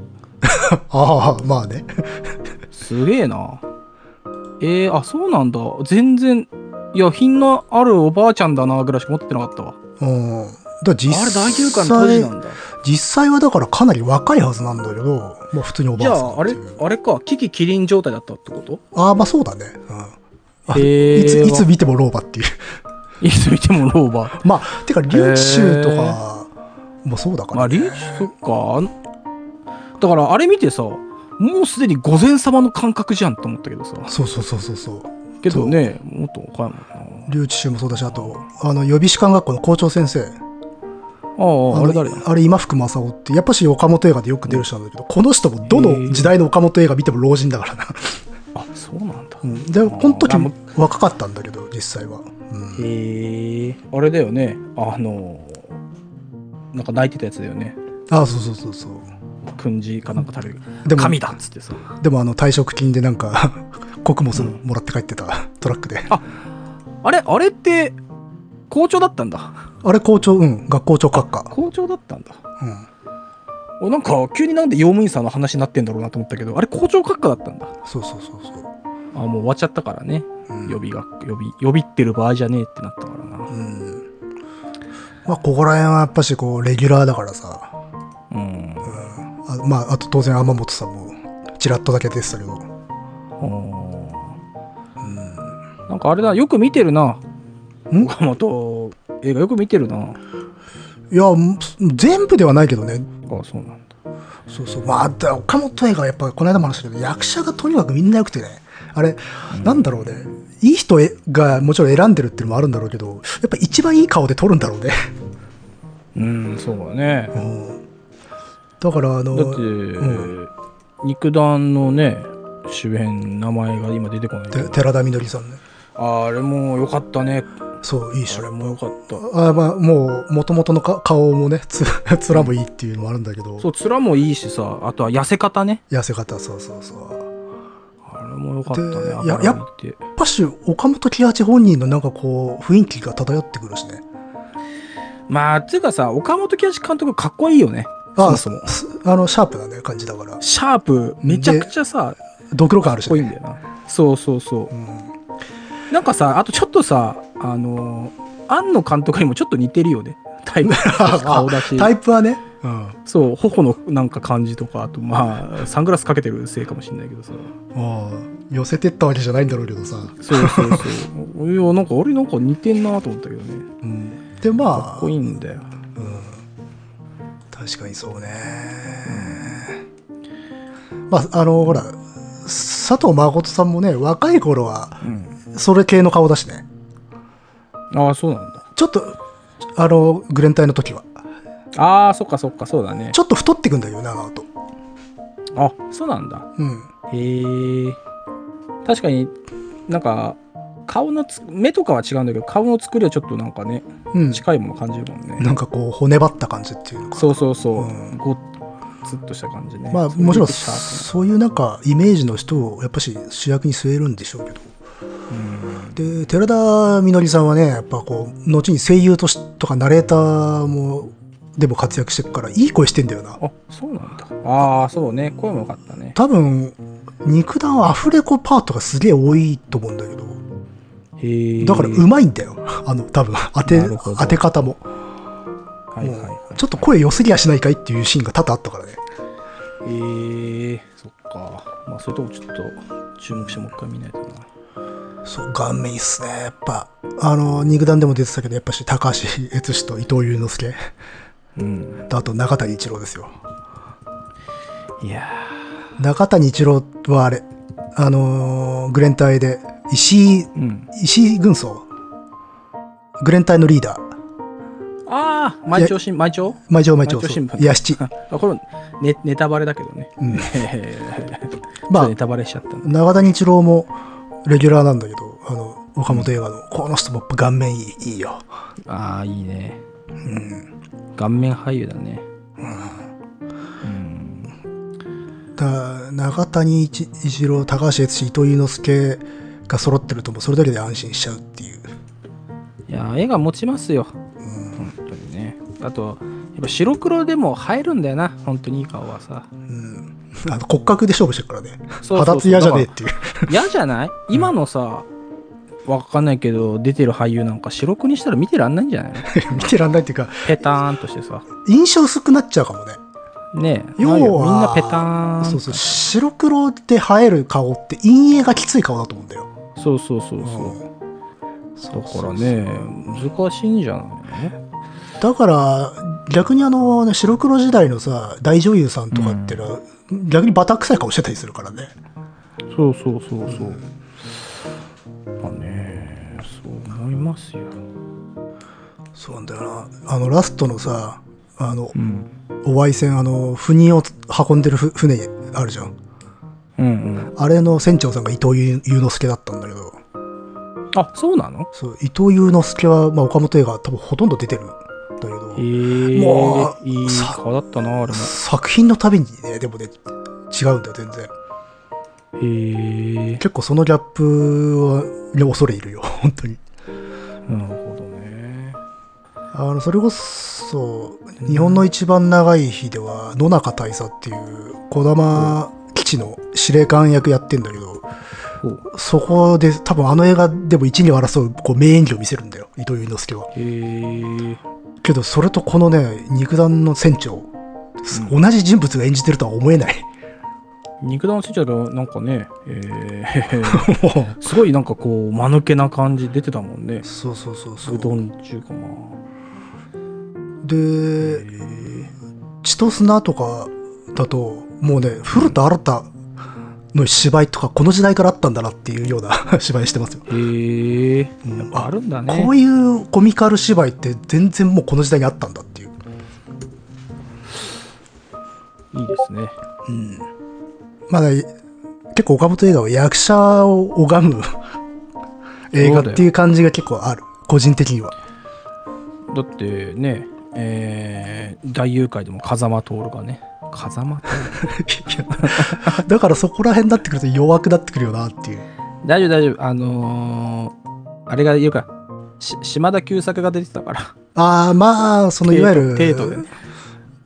B: ああまあね
A: すげえな。えー、あ、そうなんだ。全然、いや、品のあるおばあちゃんだな、ぐらいしか持ってなかったわ。
B: うんだから実
A: あれ、大休館の当時な
B: 際
A: んだ。
B: 実際はだからかなり若いはずなんだけど、まあ、普通にお
A: じゃ
B: ばあさん
A: あ、あ
B: って
A: れ
B: いう、
A: あれか、キキキリン状態だったってこと
B: ああまあそうだね、うんあ
A: へー
B: いついつ見ても老婆っていう
A: いつ見ても老婆。
B: まあ、てか、リシュウとかもそうだか
A: まあ、
B: ら、
A: リ
B: ね。
A: ーチ、そっか。あのだから、あれ見てさ、もうすでに御前様の感覚じゃんと思ったけどさ。
B: そうそうそうそうそう。
A: けどね、もっと若いもんな。
B: リュウチシュウもそうだし、あと、あの、予備士官学校の校長先生。
A: ああ、あれ誰だ
B: あれ、今福正夫って、やっぱし岡本映画でよく出る人なんだけど、この人もどの時代の岡本映画見ても老人だからな。
A: あ、そうなんだ。
B: うん、で、この時
A: あも
B: 若かったんだけど、実際は。うん、
A: へえ、あれだよね。あの、なんか泣いてたやつだよね。
B: ああ、そうそうそうそう。
A: 訓示かなんか食べる
B: でも
A: 神だっつってさ
B: でも、あの、退職金でなんか、 (laughs) 穀物もらって帰ってたトラックで。
A: ああれあれって校長だったんだ
B: あれ、校長、うん、学校長閣下。
A: 校長だったんだ
B: うん。
A: おなんか急になんで用務員さんの話になってんだろうなと思ったけどあれ校長閣下だったんだ
B: そうそうそうそう。
A: あもう終わっちゃったからね
B: うん
A: 予備学予備予備ってる場合じゃねえってなったからな
B: うんまあ、ここら辺はやっぱしこうレギュラーだからさ、
A: うん
B: うんあまあ、あと当然天本さんもちらっとだけ出てたけど、
A: うんなんかあれだよく見てるなん岡本映画よく見てるなあ
B: いやん全部ではないけどね
A: そうなんだ
B: そうそうまあだ岡本映画はやっぱこの間も話したけど役者がとにかくみんな良くてねあれ、なんだろうねいい人がもちろん選んでるっていうのもあるんだろうけどやっぱ一番いい顔で撮るんだろうね、
A: うんそうだね
B: うん、だからあの
A: だって、
B: う
A: 肉弾のね主演名前が今出てこないけど
B: て寺田みのりさんね
A: ああれも良かったね。
B: そういいっし
A: あ
B: ょ
A: れも良かった。
B: あまあもう元々のか顔もねつ (laughs) 面もいいっていうのもあるんだけど
A: そう、面もいいしさ、あとは痩せ方ね。
B: 痩せ方そうそうそう
A: あれも良かったね。
B: で
A: あば
B: や
A: ら
B: や
A: 見て。
B: やっぱし岡本喜八本人のなんかこう雰囲気が漂ってくるしね
A: まあ、つうかさ、岡本喜八監督かっこいいよね。
B: あ
A: そもそも。
B: すあのシャープなね感じだから
A: シャープ、めちゃくちゃさ、か
B: ドクロ感ある
A: っ
B: し
A: こいい
B: ね
A: ん
B: (laughs)
A: だよな。そうそうそう
B: う。ん
A: なんかさ、あとちょっとさ、あのー、庵野監督にもちょっと似てるよね。タイ
B: (laughs)
A: プ顔だし。
B: タイプはねうん
A: そう、頬のなんか感じとか、あとまあ、サングラスかけてるせいかもしれないけどさ。
B: ああ寄せてったわけじゃないんだろうけどさ、
A: そうそう
B: (laughs)
A: そう。いや、なんかあれなんか似てんなと思ったけどね。
B: うん、でまあ
A: かっこいいんだよ。
B: うん、確かにそうね、まああのほら佐藤誠さんもね若い頃は
A: うん、
B: それ系の顔だしね
A: ああ、そうなんだ。
B: ちょっとあのグレンタイの時は
A: ああ、そっかそっか、そうだね
B: ち。ょっと太ってくんだよなあと
A: あそうなんだ。
B: うん
A: へえ。確かになんか、顔のつ目とかは違うんだけど、顔の作りはちょっとなんかね、
B: うん
A: 近いもの感じるもんね。
B: なんかこう骨張った感じっていうのか
A: そうそうそう。
B: うん
A: ごツッとした感じね。
B: まあ
A: それで
B: もちろん
A: シャー
B: そういうなんかイメージの人をやっぱし主役に据えるんでしょうけど
A: プなうん
B: で寺田みのりさんはねやっぱこう後に声優としとかナレーターもでも活躍してるからいい声してんだよな
A: あ、そうなんだ。ああ、そうね。声も良かったね。
B: 多分肉弾はアフレコパートがすげえ多いと思うんだけど
A: へえ。
B: だからうまいんだよあの多分当て
A: なるほど
B: 当て方も
A: はいはいはい
B: もうちょっと声良すぎやしないかいっていうシーンが多々あったからね
A: えー、そっか。まあ、そういうとこちょっと注目してもう一回見ないとな。
B: そう顔面いいっすねやっぱあの肉弾でも出てたけどやっぱし高橋悦史と伊藤龍之介
A: うん。
B: あと中谷一郎ですよ
A: いや
B: 中谷一郎はあれあのーグレン隊で石井
A: ー。うん。
B: 石井軍曹グレン隊のリーダー
A: ああ、毎朝新、毎朝 (laughs)
B: 毎朝毎朝
A: 毎朝新聞
B: ヤ
A: (laughs)
B: シチ
A: あこれネ、ネタバレだけどね。 (laughs)
B: うんま
A: ま
B: あ
A: あ、ネタバレしちゃったな
B: 中谷一郎もレギュラーなんだけどあの岡本映画の、この人もやっぱ顔面いいいいよ
A: ああ、いいね。
B: うん
A: 顔面俳優だね。うん。
B: だ中谷一一郎高橋悦史伊藤祐之介が揃ってるともうそれだけで安心しちゃうっていう
A: いやー、絵が持ちますよ。
B: うん、
A: 本当にね。あと、やっぱ白黒でも映えるんだよな。本当にいい顔はさ。
B: うん、あの骨格で勝負してるからね
A: そうそうそう
B: 肌ツヤじゃねえっていう (laughs)
A: 嫌じゃない今のさ、わかんないけど、出てる俳優なんか白くにしたら見てらんないんじゃないの
B: 見てらんないっていうか
A: ペターンとしてさ。
B: 印象薄くなっちゃうかもね
A: ねえ、
B: 要は
A: なるよみんなペターン。
B: そうそう白黒で映える顔って陰影がきつい顔だと思うんだよ
A: そうそうそうそう。
B: う
A: だからね、難しいんじゃないの
B: んだから逆にあの、ね、白黒時代のさ大女優さんとかっていうのは、逆にバタ臭い顔してたりするからね
A: そうそうそうそう。まあね、そう思いますよ。
B: そうなんだよなあのラストのさあの
A: うん。
B: お焙煎あの船を運んでるふ船あるじゃん
A: うんうん。
B: あれの船長さんが伊藤ゆ祐之介だったんだけど
A: あ、そうなの
B: そう伊藤祐之介は、まあ、岡本映画多分ほとんど出てるんだけど
A: へえ
B: もう
A: いい
B: さ
A: 顔だったな、あれも。
B: 作品のたびにねでもね違うんだよ全然
A: へえ。
B: 結構そのギャップはね恐れ入るよ (laughs) 本当に
A: なるほどね。
B: あのそれこそ日本の一番長い日では野中大佐っていう児玉基地の司令官役やってんだけど
A: ほう。
B: そこで多分あの映画でも一二を争うこう名演技を見せるんだよ伊藤祐之介は
A: へえ。
B: けどそれとこのね肉弾の船長、す
A: う
B: 同じ人物が演じてるとは思えない
A: 肉弾スチャルなんかね、えー (laughs)
B: も
A: すごいなんかこう間抜けな感じ出てたもんね
B: うそうそうそうそう
A: うどん中かまあ
B: で血と砂とかだともうね古田新太の芝居とかこの時代からあったんだなっていうような (laughs) 芝居してますよ、
A: へえ
B: うん
A: やっぱあるんだね
B: こういうコミカル芝居って全然もうこの時代にあったんだっていう、
A: いいですね
B: うん、まあね結構岡本映画は役者を拝む映画っていう感じが結構ある個人的
A: (laughs)
B: には
A: だってねえー、大誘拐でも風間徹がね風間徹
B: いやだからそこら辺になってくると弱くなってくるよなっていう
A: 大丈夫大丈夫あのー、あれが言うかし島田久作が出てたから
B: ああまあそのいわゆる
A: 帝都でね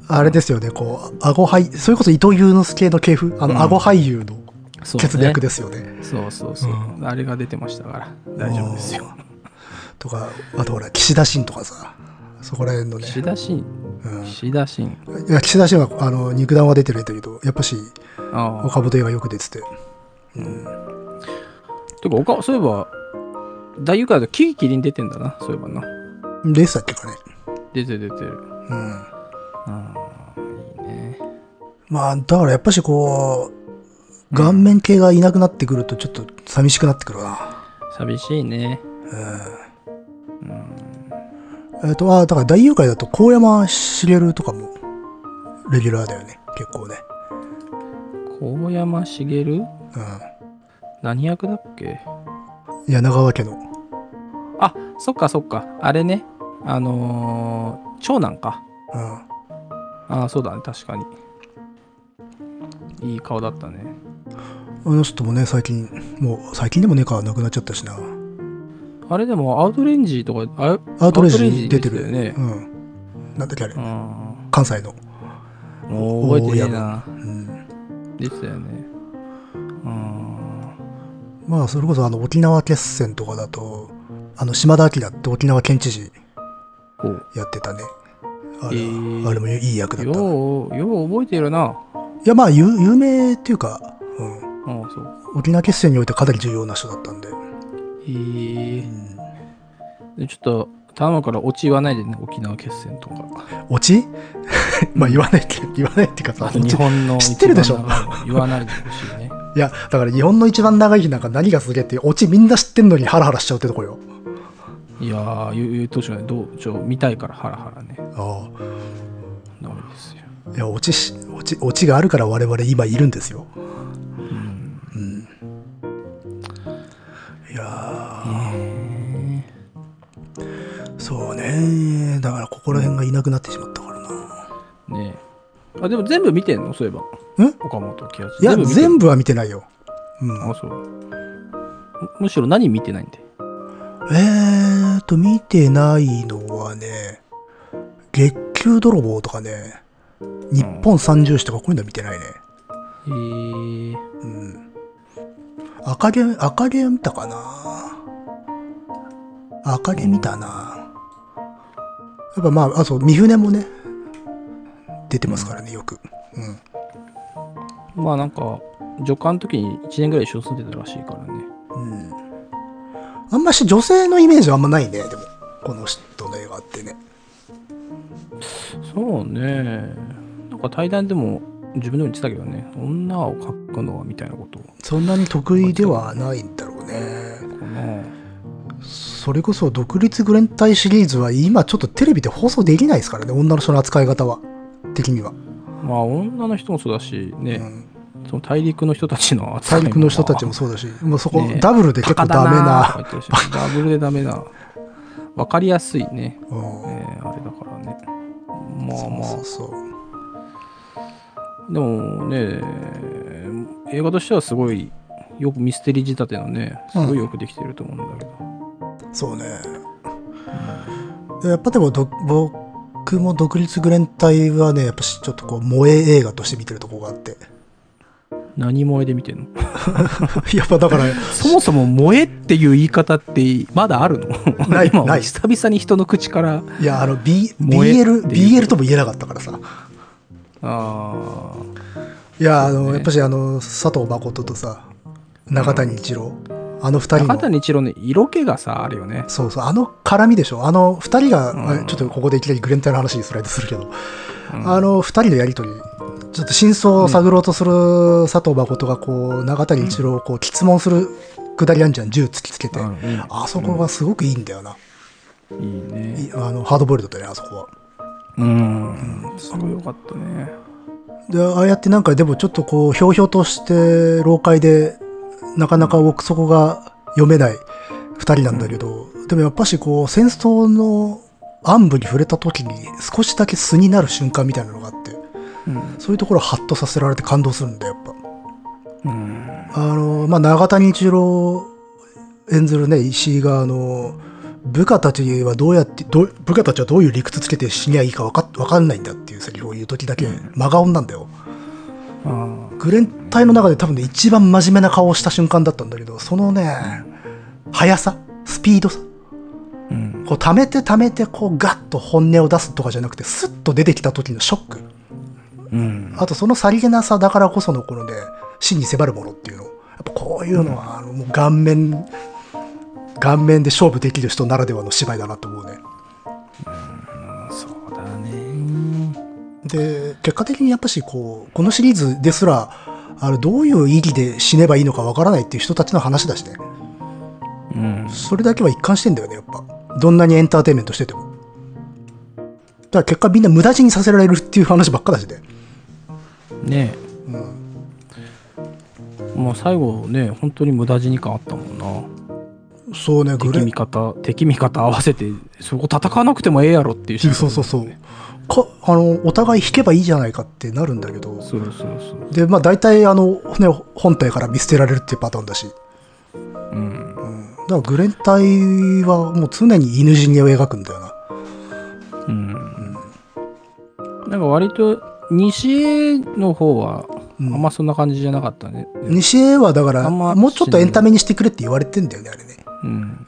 B: あれですよね、こう、顎俳それこそ伊藤祐之介の系譜、あ
A: う
B: の、
A: ん
B: 顎俳優の
A: そうね
B: 血脈ですよね。
A: そうそうそう、
B: うん
A: あれが出てましたから大丈夫ですよ
B: とか、あとほら、岸田新とかさ、そこら辺のね。
A: 岸田信
B: うん
A: 岸田信
B: いや岸田新は、あの、肉弾は出てるんだけど、やっぱし、
A: ああ
B: 岡本映画よく出てて。
A: てかおかそういえば大誘拐だとキキキリン出てんだなそういえばな
B: レースだっけかね。
A: 出てる出てる
B: うん。
A: ああいいね
B: まあ、だからやっぱしこう、顔面系がいなくなってくると、ちょっと寂しくなってくるな。
A: 寂しいね
B: えっ、と、あだから大誘拐だと、高山茂とかも、レギュラーだよね、結構ね。
A: 高山茂
B: うん。
A: 何役だっけ
B: 柳川家の。
A: あそっかそっかあれねあのー長男か
B: うん
A: ああそうだね確かにいい顔だったね。
B: あの人もね、最近、もう最近でもねえか、亡くなっちゃったしな。
A: あれでもアウトレンジとか、あ
B: アウトレイジに出て
A: アウ
B: る。
A: トレイジでし
B: うん。なんだっけあれ
A: たよ、ね。
B: 関西の。
A: うん。もう覚えてねえな
B: う。ん。
A: 出てたよね。うん。
B: まあ、それこそあの、沖縄決戦とかだと、あの、島田明って沖縄県知事
A: こう
B: やってたね。あれ,、
A: えー
B: あれもいい役だったな。い
A: よう、よう覚えてるな。
B: や、まあ、有有名っていうか、うん。
A: ああ、そう。
B: 沖縄決戦においてかなり重要な人だったんで。
A: へえ
B: うん
A: でちょっと、頼むからオチ言わないでね、沖縄決戦とか。
B: オチ (laughs) まあ言わな
A: (laughs)
B: いけど、言わないっていうかさ、
A: あ
B: オ
A: と
B: チ
A: 日本の
B: (laughs) 知ってるでしょ
A: 一番長いの言わないでほしいね。
B: いや、だから日本の一番長い日なんか何がすげえって、オチみんな知ってんのにハラハラしちゃうってとこよ。
A: いやー、言う言ってほしくない。どう、ちょ、見たいからハラハラね。
B: あ
A: ダメですよ。
B: あ。いや、オチし、オチ、オチがあるから我々今いるんですよ。
A: うん。
B: うん。いや
A: へ
B: ー、そうね。だからここら辺がいなくなってしまったからな。
A: えねえ。あ、でも全部見てんのそういえば。
B: ん
A: 岡本清
B: いや、
A: 見てんの
B: 全部は見てないよ。うん。
A: あ、そう。むむしろ何見てないんで。
B: えーと、見てないのはね、月給泥棒とかね、日本三重視とかこういうのは見てないね。
A: へえ。
B: うん。赤毛、赤毛見たかな赤毛見たなやっぱまあ、あ、そう、三船もね、出てますからね、よく。うん。
A: まあなんか、助監の時に1年ぐらい一緒に住んでたらしいからね。
B: うん。あんまし女性のイメージはあんまないね、でも。この人の映画ってね。
A: そうね。なんか対談でも自分でも言ってたけどね、女を描くのはみたいなこと
B: そんなに得意ではないんだろうね。
A: かな。
B: それこそ独立グレンタイシリーズは今ちょっとテレビで放送できないですからね女の人の扱い方は的には、
A: まあ女の人もそうだし、
B: う
A: ね、
B: ん
A: その大陸の人たちの扱い
B: 大
A: も
B: 陸の人たちもそうだしもうそこ、
A: ねえ
B: ダブルで結構
A: バカだ
B: ダメ
A: な
B: な
A: ーとか言ってるしダブルでダメな。わかりやすいね。
B: うん
A: ねあれだからね。まあ
B: そう
A: まあ
B: そう、そう
A: でもね、映画としてはすごい、よくミステリー仕立てのね、すごいよくできてると思うんだけど。
B: そうねやっぱでもど僕も独立グレンタイはねやっぱしちょっとこう萌え映画として見てるとこがあって (laughs)
A: 何萌えで見てんの
B: やっぱだから
A: (laughs) そもそも萌えっていう言い方ってまだあるの (laughs)
B: ない
A: 今
B: ない
A: 久々に人の口から
B: いやあの、B、
A: 萌えっていう
B: BL, BL とも言えなかったからさ
A: あー
B: いやあの、
A: ね
B: やっぱしあの佐藤誠とさ中谷一郎、あの二人
A: 中
B: の
A: 谷一郎ね色気がさあるよね
B: そうそう、あの絡みでしょ。あの、二人が、
A: うん
B: あちょっとここでいきなりグレンタイの話にスライドするけど、
A: うん
B: あの二人のやりとり、ちょっと真相を探ろうとする佐藤誠が、こう、中谷一郎をこう、質問するくだりあんじゃん、銃突きつけて。
A: うんうん
B: あそこがすごくいいんだよな。
A: いいね
B: いあの、ハードボイルドだよね、あそこは。
A: うんすごいよかったね
B: で、ああやってなんか、でもちょっとこう、ひょうひょうとして、老快で、なかなか奥底が読めない二人なんだけど、でもやっぱしこう、戦争の暗部に触れた時に、少しだけ素になる瞬間みたいなのがあって、
A: うん
B: そういうところはハッとさせられて感動するんだよ、やっ
A: うん
B: ぱ。あの、まあ、長谷一郎演ずるね、石井が、あの、部下たちはどうやって、どう部下たちはどういう理屈つけて死にゃいいかわかわかんないんだっていうセリフを言う時だけ、真顔なんだよ。
A: あー
B: グレン隊の中で多分ね一番真面目な顔をした瞬間だったんだけどそのね速さスピードさ
A: うん
B: こう溜めて溜めてこうガッと本音を出すとかじゃなくてスッと出てきた時のショック
A: うん
B: あとそのさりげなさだからこそのこのね死に迫るものっていうのやっぱこういうのはあのもう顔面顔面で勝負できる人ならではの芝居だなと思うね
A: そうだね
B: で結果的にやっぱしこうこのシリーズですらあのどういう意義で死ねばいいのかわからないっていう人たちの話だしね
A: うん
B: それだけは一貫してんだよねやっぱどんなにエンターテインメントしててもだから結果みんな無駄死にさせられるっていう話ばっかだしね
A: ね
B: うん
A: もう最後ね本当に無駄死に感あったもんな
B: そうね、グ
A: 敵
B: レン
A: 味方、敵味方合わせて、そこ戦わなくてもええやろっていう人、
B: そうそうそう。か、あの、お互い引けばいいじゃないかってなるんだけど。
A: そうそうそう。
B: で、まあ大体、あの、ね、本体から見捨てられるっていうパターンだし。
A: うん。
B: うん。だからグレン隊はもう常に犬死にを描くんだよな。
A: うん。なんか割と、西の方は、あ
B: うん
A: んまそんな感じじゃなかったね。
B: 西へはだから、
A: あんま
B: もうちょっとエンタメにしてくれって言われてんだよね、あれね。
A: うん。
B: うん。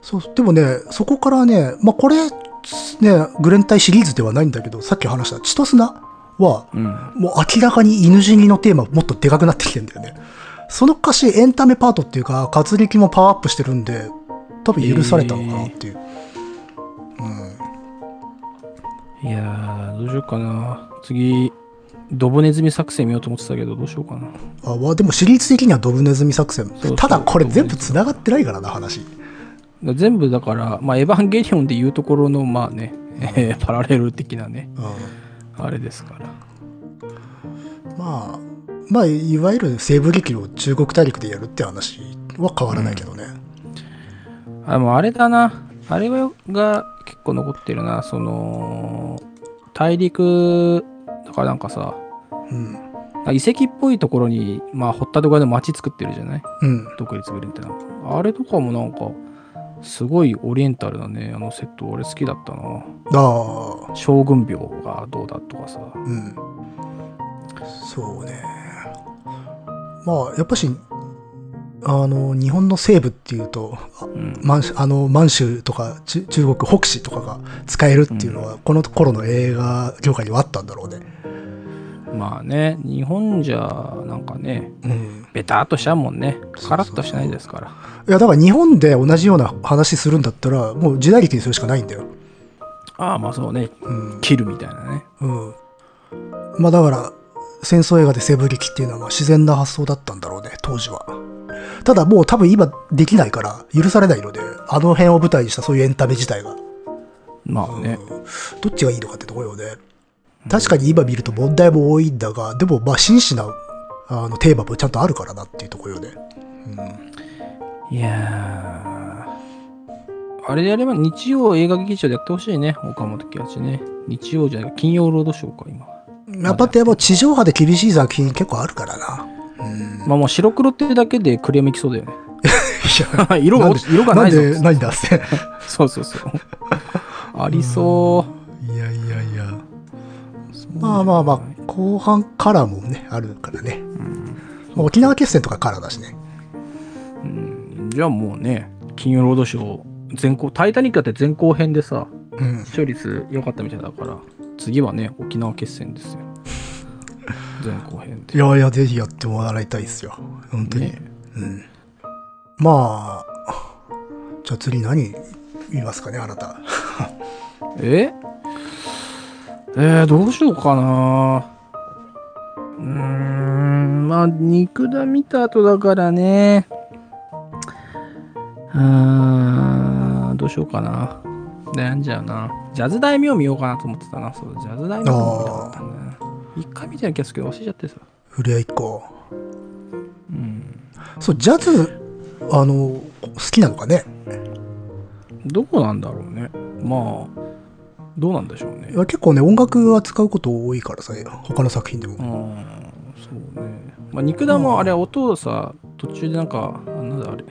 B: そう、でもね、そこからね、まあこれ、ね、グレン隊シリーズではないんだけど、さっき話した血と砂は、
A: うん。
B: もう明らかに犬死にのテーマもっとでかくなってきてんだよね。その歌詞エンタメパートっていうか、活力もパワーアップしてるんで、多分許されたのかなっていう。
A: いやー、どうしようかな。次、ドブネズミ作戦見ようと思ってたけど、どうしようかな。
B: あわでもシリーズ的にはドブネズミ作戦。
A: そう
B: ただこれ全部繋がってないからな、話。
A: 全部だから、まあ、エヴァンゲリオンでいうところの、まあね、 (laughs) えーパラレル的なね、
B: うん、
A: あれですから。
B: まあ、まあ、いわゆる西部劇を中国大陸でやるって話は変わらないけどね。
A: あ、もうあれだな。あれはが結構残ってるな。その、大陸とかなんかさ、
B: うん。
A: 遺跡っぽいところに、まあ、掘ったところで町作ってるじゃない
B: うん。
A: 独立グリーンってなんか。あれとかもなんか、すごいオリエンタルだね。あのセット、俺好きだったな。
B: ああ、
A: 将軍廟がどうだとかさ。
B: うん。そうね。まあ、やっぱし、あの、日本の西部っていうと、あ
A: うん。
B: 満州あの満州とかち中国北市とかが使えるっていうのは、この頃の映画業界にはあったんだろうね。
A: まあね、日本じゃ、なんかね、
B: うん、
A: ベターっとしちゃうもんね
B: そう。
A: カラッとしないですから。
B: いやだから日本で同じような話するんだったらもう時代劇にするしかないんだよ。
A: ああ、まあそうね。
B: うん
A: 切るみたいなね。
B: うん、まあだから戦争映画で西部劇っていうのはまあ自然な発想だったんだろうね当時は。ただもう多分今できないから許されないのであの辺を舞台にしたそういうエンタメ自体が。
A: まあね。
B: どっちがいいのかってところよね。確かに今見ると問題も多いんだが、でもまあ真摯なあのテーマもちゃんとあるからなっていうところよね。
A: いやーあれでやれば日曜映画劇場でやってほしいね、岡本喜八ね。日曜じゃない、金曜ロードショーか、今。
B: やっぱでも地上波で厳しい作品結構あるから
A: (laughs)
B: な。うん、
A: まあもう白黒っていうだけでクレームいきそうだよね。(laughs)
B: い
A: 色が
B: なん
A: 落
B: で
A: ち色がないぞ
B: なんで、ないんだって。
A: そうそうそう。ありそう。
B: いやいやいや。まあまあまあ、後半からもね、あるからね。まあ沖縄決戦とかからだしね。
A: うんじゃあもうね、金曜ロードショー、前後、タイタニックだって前後編でさ、
B: うん。
A: 視聴率良かったみたいだから、次はね、沖縄決戦 (laughs) ですよ。前後編で。
B: いやいや、ぜひやってもらいたいですよ。本当に。
A: ね
B: うん。まあ、じゃあ次何言いますかね、あなた。
A: ええー、どうしようかなうーんまあ肉だ見た後だからねうーんどうしようかな悩んじゃうなジャズ大名見ようかなと思ってたなそうジャズ大名見たかったね一回見てなきゃすけど忘れちゃってさ
B: フレア一個。
A: うん
B: そう、ジャズ、あの、好きなのかね。
A: どこなんだろうねまあどうなんでしょうね
B: いや結構ね、音楽は使うこと多いからさ、他の作品で
A: う
B: も。
A: んそうね。まあ、肉弾もあれ、音をさ、途中でなんか、あなんだあれ、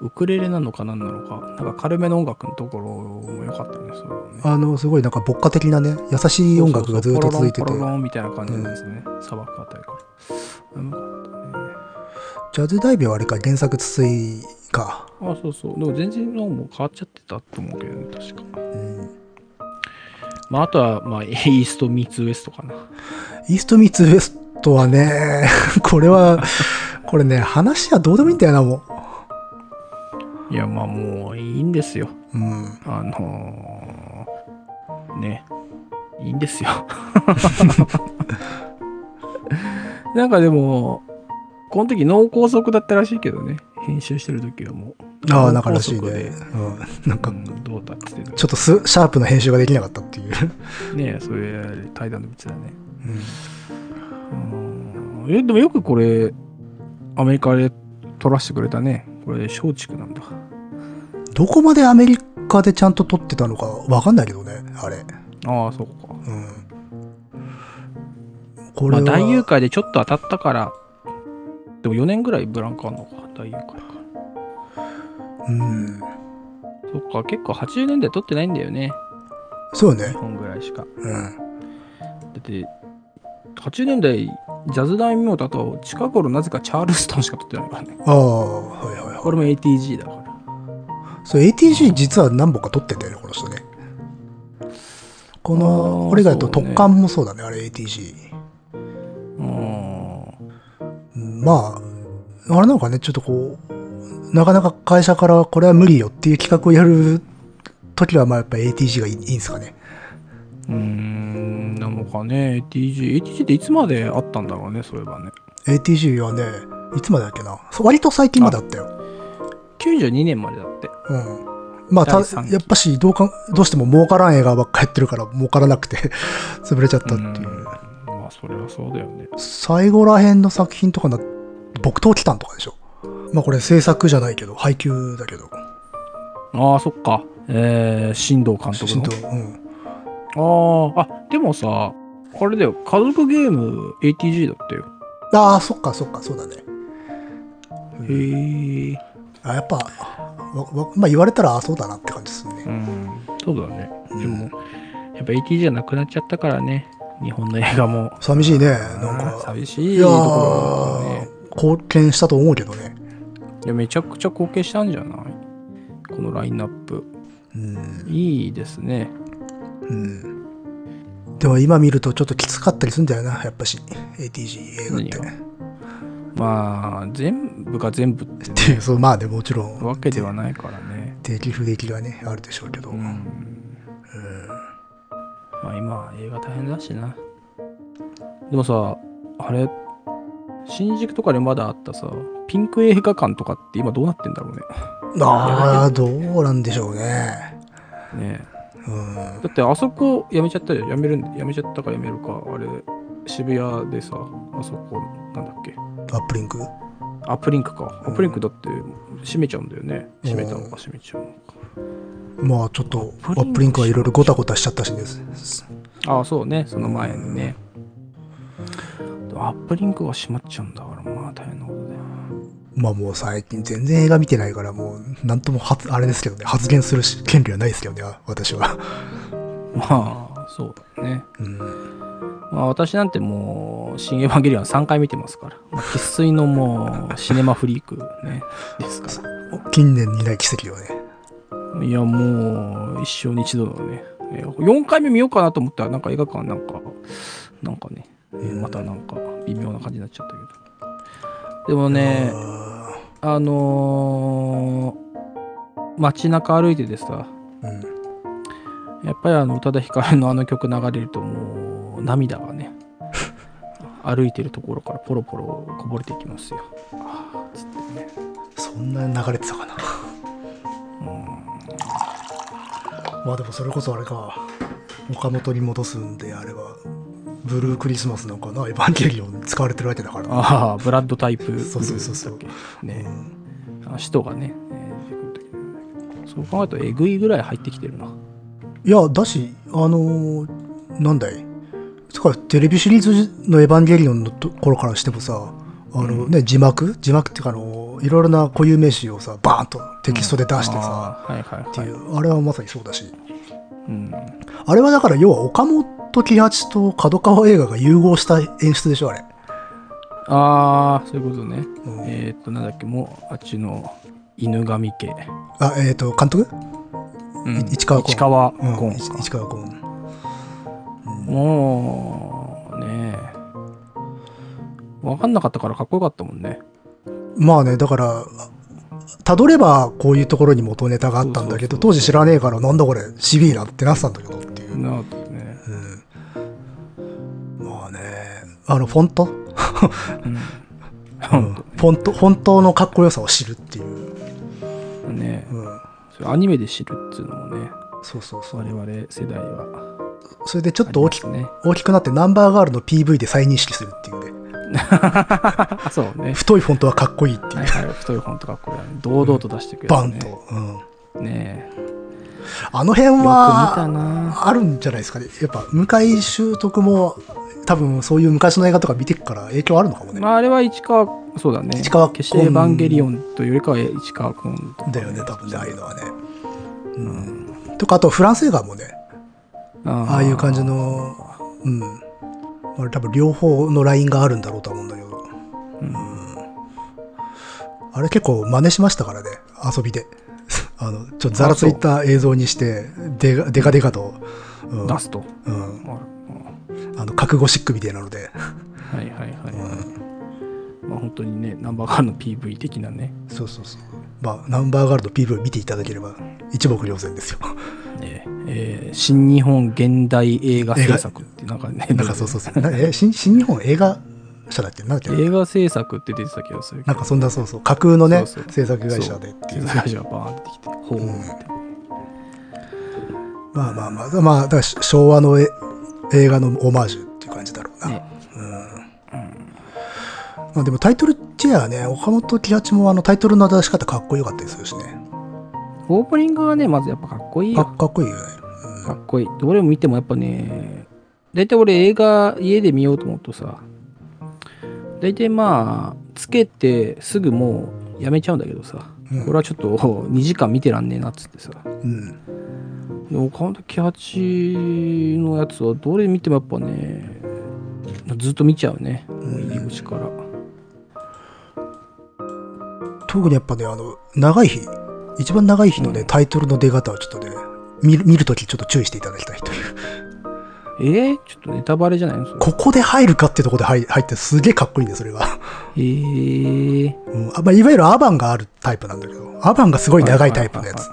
A: ウクレレなのかなんなのか、なんか軽めの音楽のところも良かったね、それはね。
B: あの、すごいなんか、牧歌的なね、優しい音楽がずっと続いて
A: ポ
B: て
A: ロ、ロンポロロンみたいな感じなんですね、砂漠あたりから。うん
B: ジャズ大名はあれか、原作筒井か。
A: あ、そうそう。でも全然もう変わっちゃってたと思うけどね、確か。
B: うん
A: まあ、あとは、まあ、イーストミーツウエストかな。
B: イーストミーツウエストはね、 (laughs) これは、これね、話はどうでもいいんだよな、も
A: いや、まあ、もういいんですよ。
B: う。うん。
A: あのーね、いいんですよ。
B: (laughs)
A: なんかでも、この時脳梗塞だったらしいけどね、編集してる時はもう。
B: ああ、なんからしい
A: 脳
B: ね。
A: 梗塞で
B: うん。なん
A: う
B: か、
A: ん、どうだっつってた
B: ちょっとスシャープな編集ができなかったっていう。
A: ねえ、それ対談の道だね。うんえ、でもよくこれ、アメリカで撮らせてくれたね、これ松竹なんだ
B: どこまでアメリカでちゃんと撮ってたのかわかんないけどね、あれ。
A: ああそうか
B: うん。こ
A: ま
B: れ
A: あ、
B: は、
A: 大誘拐でちょっと当たったからでも4年ぐらいブランクあんのか大誘拐か
B: うん。
A: そっか結構80年代撮ってないんだよね
B: そうね。
A: 本ぐらいしか
B: うん。
A: だって80年代ジャズダイミモーだと近頃なぜかチャールストンしか撮ってないからね
B: ああ、はいはいは
A: これも ATG だから
B: い。そう、ATG 実は何本か撮ってんだよね、この人ね。こ
A: あ
B: の、
A: ー
B: これ以外だと
A: そうね
B: 特艦もそうだね、あれ ATG。
A: うん
B: うんまあ、あれなんかね、ちょっとこう、なかなか会社からこれは無理よっていう企画をやるときは、まあやっぱ ATG がいいいいんですかね。
A: うーんなのかね ATG ATG っていつまであったんだろうねそういえばね
B: ATG はね、いつまでだっけな。そう割と最近まであったよ。
A: 92年までだって
B: うん。まあ、た
A: 第三期
B: やっぱしどうか、どうしても儲からん映画ばっかやってるから、儲からなくて、 (laughs) 潰れちゃったっていう。
A: んまあそれはそうだよね
B: 最後ら辺の作品とかな、木刀機関とかでしょ。まあ、これ制作じゃないけど、配給だけど。
A: ああそっかえー、新藤監督
B: 新
A: の
B: 藤うん。
A: あーあでもさあれだよ家族ゲーム ATG だったよ
B: ああ、そっかそっか、そうだね。うん
A: へえ
B: あやっぱわわまあ言われたらあそうだなって感じです
A: う
B: ね、
A: んそうだね
B: うん
A: でもやっぱ ATG じゃなくなっちゃったからね日本の映画も
B: 寂しいねなん
A: あー
B: か
A: 寂し
B: い
A: い
B: や
A: ところだったね
B: ー貢献したと思うけどね
A: いやめちゃくちゃ貢献したんじゃないこのラインナップ
B: うん、
A: いいですね
B: うん、でも今見るとちょっときつかったりするんだよなやっぱし ATG 映画って
A: 何が
B: っ
A: まあ全部が全部って
B: ていうそうまあねもちろん
A: わけではないからね
B: 定期不定期はねあるでしょうけど、
A: う
B: うん
A: んまあ今は映画大変だしなでもさあれ新宿とかでまだあったさピンク映画館とかって今どうなってんだろう
B: ああどうなんでしょうね
A: ねね
B: うん
A: だってあそこやめちゃったじゃんやめるんやめちゃったかやめるかあれ渋谷でさあそこなんだっけ
B: アップリンク
A: アップリンクかアップリンクだって閉めちゃうんだよね
B: うん
A: 閉めたのか閉めちゃうのか
B: まあちょっと
A: アップリン
B: ア
A: ク
B: ップリンクはいろいろごたごたしちゃったしです
A: ああそうねその前にねアップリンクが閉まっちゃうんだからまあ大変なことだよ
B: まあもう最近全然映画見てないからもうなんとも発あれですけどね発言するし権利はないですけどねあ私は。
A: まあそうだね
B: うん、
A: まあ、私なんてもう「新エヴァンゲリオン」3回見てますからまあ生粋のもうシネマフリークねですから
B: 近年にない奇跡よね。
A: いやもう一生に一度のねえー4回目見ようかなと思ったらなんか映画館なんかなんかね、えーまたなんか微妙な感じになっちゃったけどでもね
B: あ
A: あのー街中歩いててさ
B: ーうん、
A: やっぱりあの宇多田ヒカルのあの曲流れるともう涙がね (laughs) 歩いてるところからポロポロこぼれてきますよ。あーつってね
B: そんな流れてたかな。まあでもそれこそあれか岡本に戻すんであればブルークリスマスなんかなエヴァンゲリオンに使われてるわけだから。
A: ああブラッドタイプ
B: そうそうそうそう
A: だっけね
B: うん
A: あの使徒がね、えー出てくる時にそう考えるとえぐいぐらい入ってきてるな。
B: いやだしあのーなんだいつかテレビシリーズの「エヴァンゲリオン」のところからしてもさあの、ね字幕字幕っていうかあのいろいろな固有名詞をさバーンとテキストで出してさ、
A: あーはいはいはい、
B: っていうあれはまさにそうだし
A: うん
B: あれはだから要は岡本喜八と角川映画が融合した演出でしょあれ
A: ああそういうことね。
B: うん
A: えーっとなんだっけもうあっちの犬神家、
B: あえっ、と監督、
A: うん
B: 市川崑
A: 市川
B: うん
A: 崑
B: 市市川君
A: もうね分かんなかったからかっこよかったもんね
B: まあねだからたどればこういうところに元ネタがあったんだ
A: そう
B: けど
A: そうそう
B: 当時知らねえからなんだこれシビーなってなってたんだけどっていう
A: なあとね、
B: うんまあね、あの、フォント、
A: うん、
B: うんフォント、本当のかっこよさを知るっていう。
A: ね
B: うん。
A: それアニメで知るっていうのもね
B: そうそうそ
A: 我
B: う。
A: 々世代は
B: それでちょっ
A: あり
B: と大
A: ま
B: き
A: すね
B: 大きくなってナンバーガールの PV で再認識するっていうね。
A: あそうね。
B: 太いフォントはかっこいいってい
A: は
B: う
A: いはい、太い本とかこれ、堂々と出してくれる、ね
B: バンと、うん、
A: ねえ。よ
B: あの辺
A: く見た
B: は
A: な。
B: あるんじゃないですかねやっぱ向井修徳も多分そういう昔の映画とか見てくから影響あるのかもね、
A: まあ、あれは市川、そうだね。
B: 市川
A: 決してエヴァンゲリオンというよりかは市川君とか、
B: だよね多分ねああいうのはね、う、
A: うんん。
B: とかあとフランス映画もね
A: あ
B: ああいう感じのうんあれ多分両方のラインがあるんだろうとは思うんだけど
A: うん
B: あれ結構真似しましたからね、遊びで。 (laughs) あの、ちょっとざらついた映像にして、でがでかでかと、うん、
A: 出すと。
B: うん、
A: あ
B: あの、覚悟シックみたいなので、
A: はいはいはいはい。まあ本当にね、ナンバーガールの PV 的なね。
B: そうそうそう。まあ、ナンバーガールの PV 見ていただければ、一目瞭然ですよ。 (laughs)
A: ねえー新日本現代映画制作ってなんかね、
B: なんかそうそうそう。なえ新、新日本映画社だっけなんだっけ
A: 映画制作って出てた気がするけ
B: な
A: ど
B: んかそんなそうそう、架空のね、
A: そうそう
B: 制作会社でっていう。
A: 制作会社がバーンって出てきて、ほうって。
B: まあまあまあ、まあ、だから昭和のえ映画のオマージュっていう感じだろうな。
A: ね
B: まあ、でもタイトルチェアはね、岡本喜八もあのタイトルの出し方かっこよかったりするしね。
A: オープニングがね、まずやっぱかっこいい
B: か
A: よ。
B: かっこいいよね。
A: かっこいい。どれも見てもやっぱね、大体俺映画家で見ようと思うとさ、大体まあ、つけてすぐもうやめちゃうんだけどさ、
B: うん
A: 俺はちょっと2時間見てらんねえなっつってさ、
B: うん。
A: で岡本喜八のやつはどれ見てもやっぱねずっと見ちゃうねもう入り口から、
B: 特にやっぱね、あの、長い日、一番長い日のね、タイトルの出方はちょっとね、見る見るときちょっと注意していただきたいという。
A: えー、ちょっとネタバレじゃないのそれ
B: ここで入るかってとこで入入ってすげえかっこいいんで、それが。
A: えー、
B: うんあまあ、いわゆるアバンがあるタイプなんだけど、アバンがすごい長いタイプのや
A: は
B: つ
A: い。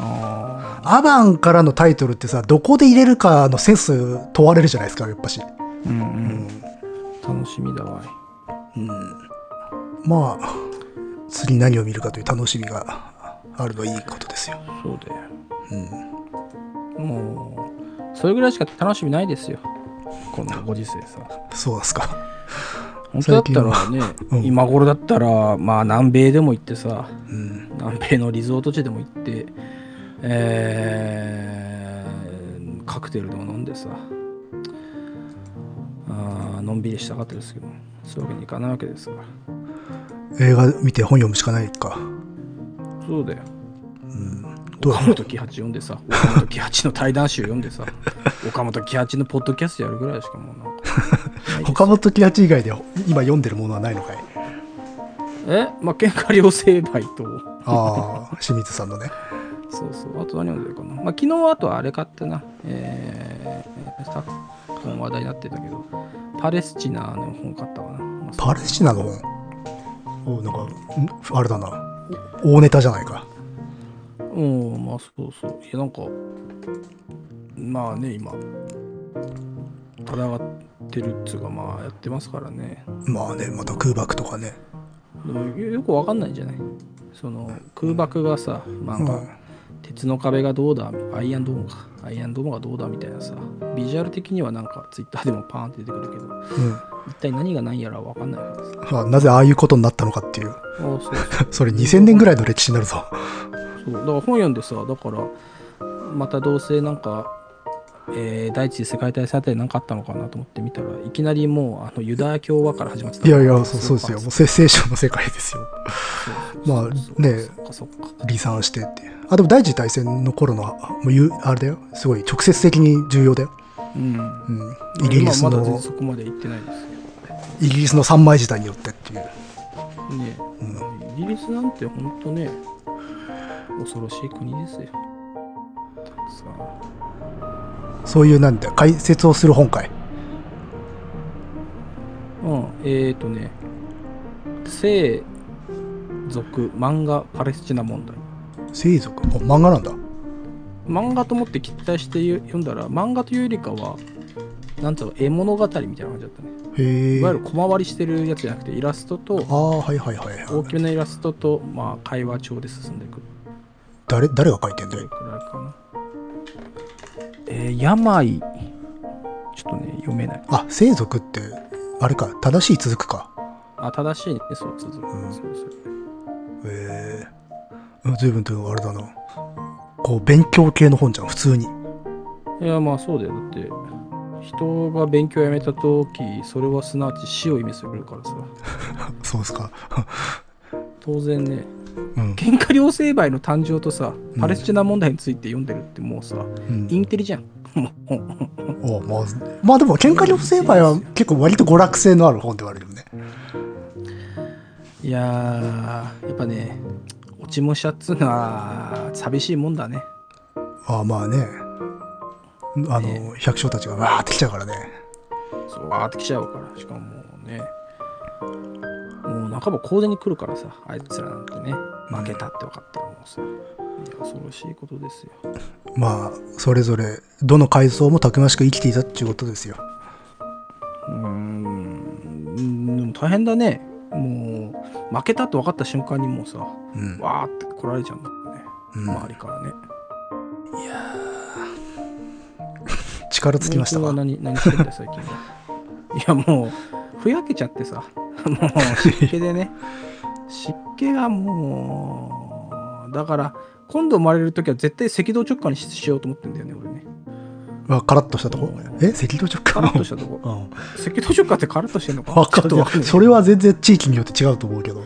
A: あ
B: アバンからのタイトルってさ、どこで入れるかのセンス問われるじゃないですか、やっぱし。
A: ーうんうん楽しみだわい
B: まあ、次何を見るかという楽しみがあるのはいいことですよ。
A: そうだよ、もうそれぐらいしか楽しみないですよこのご時世さ
B: そうですか。
A: 本当だったらね、
B: うん
A: 今頃だったらまあ南米でも行ってさ
B: うん。
A: 南米のリゾート地でも行って、えーカクテルでも飲んでさあーのんびりしたかったですけどそういうわけにいかないわけですから
B: 映画見て本読むしかないか。
A: そうだよ
B: どう
A: 岡本喜八読んでさ岡本喜八の対談集読んでさ岡本喜八のポッドキャストやるぐらいしかもうなんか
B: (laughs)
A: ないです
B: 岡本喜八以外で今読んでるものはないの (laughs) かい
A: えまあ喧嘩両成敗と
B: ああ、清水さんのね。
A: そうそうあと何読んでるかな、まあ、昨日あとあれ買ったなえー、昨今話題になってたけどパレスチナの本買ったかな、まあ
B: パレスチナの本おなんか、んあれだな。大ネタじゃないか。
A: うん、まあそうそう。いや、なんか、まあね、今、戦ってるっつうか、まあやってますからね。
B: まあね、また空爆とかね。
A: でもよよくわかんないんじゃないその空爆がさ、なんか、
B: うん
A: 鉄の壁がどうだ、アイアンドームか、アイアンドームがどうだみたいなさ、ビジュアル的にはなんか、ツイッターでもパーンって出てくるけど、
B: うん。
A: 一体何が何やらわかんないからさ。
B: まあ、なぜああいうことになったのかっていう。 (laughs)
A: あそうそう。
B: それ2000年ぐらいの歴史になるぞ。
A: そう (laughs) だから本読んでさだからまたどうせなんか、えー第一次世界大戦あたりなんかあったのかなと思って見たらいきなりもうあのユダヤ共和から始まってた
B: (laughs) い
A: から
B: やいや、そうそうですよ。もうせ聖書の世界ですよ。まあね
A: そっかそっか
B: 離散してっていう。あ、でも第一次大戦の頃の、もうゆあれだよ。すごい直接的に重要だよ。
A: うん
B: うん。イギリス
A: 今まだ全
B: の
A: 然、そこまで行ってないです
B: イギリスの三枚舌によってっていう。
A: けどね、イギリスなんてほんとね恐ろしい国ですよさあ
B: そういうなんだ、解説をする本会。
A: うんえっ、ー、とね性族漫画パレスチナ問題
B: 生族。お漫画なんだ。
A: 漫画と思って期待して読んだら漫画というよりかはなんつうの絵物語みたいな感じだったね
B: へえ。
A: いわゆる
B: あ
A: 小回りしてるやつじゃなくてイラストと
B: あ、はいはいはい
A: 大
B: はい。
A: きめのイラストと、まあ、会話帳で進んでいくって
B: 誰、誰が書いてんだ
A: いう
B: よ。
A: くらいかなえー、病ちょっとね読めない
B: あ、生族って、あれか、正しい続くか。
A: あ、正しいね、そう続く。
B: うん
A: そうそう
B: ええ随分とあれだな。こう、勉強系の本じゃん、普通に。
A: いや、まあそうだよ。だって、人が勉強をやめたとき、それはすなわち死を意味するからさ。
B: そうですか。
A: 当然ね、
B: うん。
A: 喧嘩両成敗の誕生とさ
B: う、ん
A: パレスチナ問題について読んでるってもうさ、
B: うん
A: インテリじゃん。もう
B: おまあ、まあでも、喧嘩両成敗は結構割と娯楽性のある本ではあるよね。
A: いやー、やっぱね、落ち武者っつうのは寂しいもんだね。
B: ああ、まあね。あ
A: ね
B: の、百姓たちがわーって来ちゃうからね。
A: そう、わーってきちゃうから、しかももうね、もう半ば公然に来るからさ、あいつらなんてね、負けたって分かったらもうさ、いや、恐ろしいことですよ。
B: まあ、それぞれ、どの階層もたくましく生きていたっていうことですよ。
A: うーん、でも大変だね。もう、負けたって分かった瞬間にもうさ、
B: うん。
A: わーって来られちゃうんだよね、
B: うん
A: 周りからね。
B: 力尽きました
A: は
B: か。
A: 何何してんだよ最近はいやもうふやけちゃってさもう湿気でね湿気がもうだから今度生まれる時は絶対赤道直下にししようと思ってんだよね俺ね
B: あ、カラッとしたとこえ赤道直
A: カ
B: 下
A: ラッと
B: の
A: したとこ
B: うん。
A: 赤道直下ってカラッとしてんのか
B: (laughs) わかん
A: ちょ
B: な
A: っとん
B: い。
A: ない
B: それは全然地域によって違うと思うけど。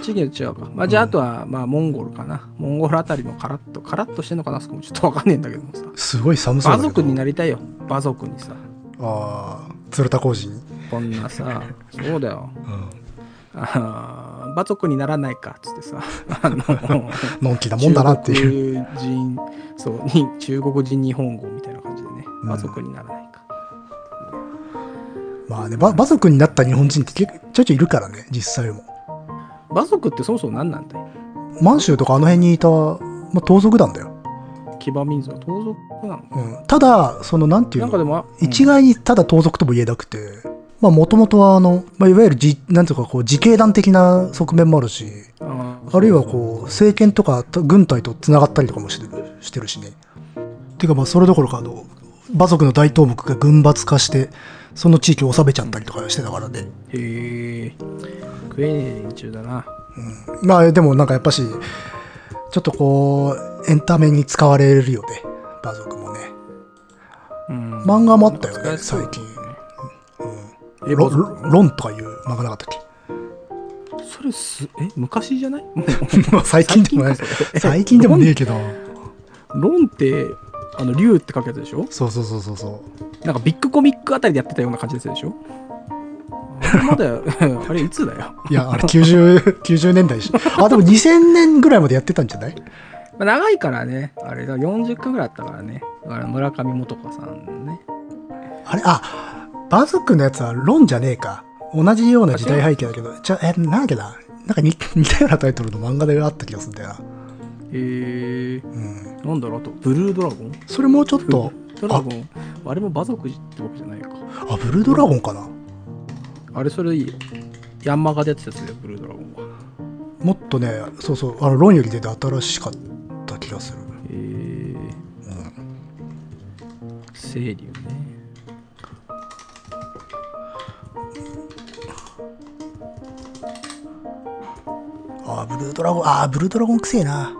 A: 地域で違うか、まあ、じゃああとは、まあモンゴルかなモンゴルあたりもカラッとカラッとしてんのかなあそこもちょっとわかんねえんだけどもさ
B: すごい寒そう
A: 馬
B: だけど。
A: 族になりたいよ馬族にさ
B: ああ、鶴田浩二に。
A: こんな
B: (laughs)
A: さそうだよ
B: うん。
A: あー馬族にならないかっつってさ (laughs) あの
B: のんきなもんだなっていう。
A: 中国人そうに中国人日本語みたいな感じでね
B: うん
A: 馬族にならないか、
B: まあね、ば馬族になった日本人って結構ちょいちょいいるからね、実際も。
A: 馬族ってそもそも何なんだい
B: 満州とかあの辺にいた、まあ、盗賊団だよ。
A: 騎馬民族は盗賊なの
B: うん。ただ、その、なんていう
A: なん
B: の
A: かでもあうん
B: 一概にただ盗賊とも言えなくて、まあ、もともとは、あの、まあ、いわゆるじ、なんていうか、こう、自警団的な側面もあるし、
A: あー
B: あるいはこう、政権とか軍隊と繋がったりとかもしてるしてるしね。てかまあ、それどころか、あの、馬族の大頭目が軍閥化して、その地域を治めちゃったりとかしてたからね。
A: へえ食えねえ連中だな
B: まあ、でもなんかやっぱし、ちょっとこう、エンタメに使われるよね。馬族もね。
A: うん
B: 漫画もあったよね、
A: 懐かしそう
B: 最近。
A: え
B: ロ
A: 馬族
B: ロロンとかいう漫画なかったっけ (laughs)
A: それすえ昔じゃない
B: まあ (laughs) 最近でもね
A: 最近かそれ
B: 最近でもねえけど。
A: 論ってあの竜って書くやつでしょ
B: そうそうそうそうそう。
A: なんかビッグコミックあたりでやってたような感じですでしょあれまだ、 (laughs) あれいつだよ。
B: いや、あれ90、90年代でしょ。あ、でも2000年ぐらいまでやってたんじゃない
A: まあ長いからね、あれだ、40巻ぐらいあったからね。だから村上元子さんのね。
B: あれ、あ、バズックのやつはロンじゃねえか。同じような時代背景だけど、じゃ、え、なんだっけな。なんか似似たようなタイトルの漫画であった気がするんだよな。
A: えー、
B: うん。
A: なんだろうあと、ブルードラゴン
B: それもうちょっと、
A: ドラゴン、あれも馬族ってわけじゃないか。
B: あ、ブルードラゴンかな。
A: あれそれいいよ。ヤンマガでやってたやつだよ、ブルードラゴンは。
B: もっとね、そうそう、あの、ロンより出て新しかった気がする。
A: えー、清流ね。
B: あ、ブルードラゴン、あ、ブルードラゴンくせえな。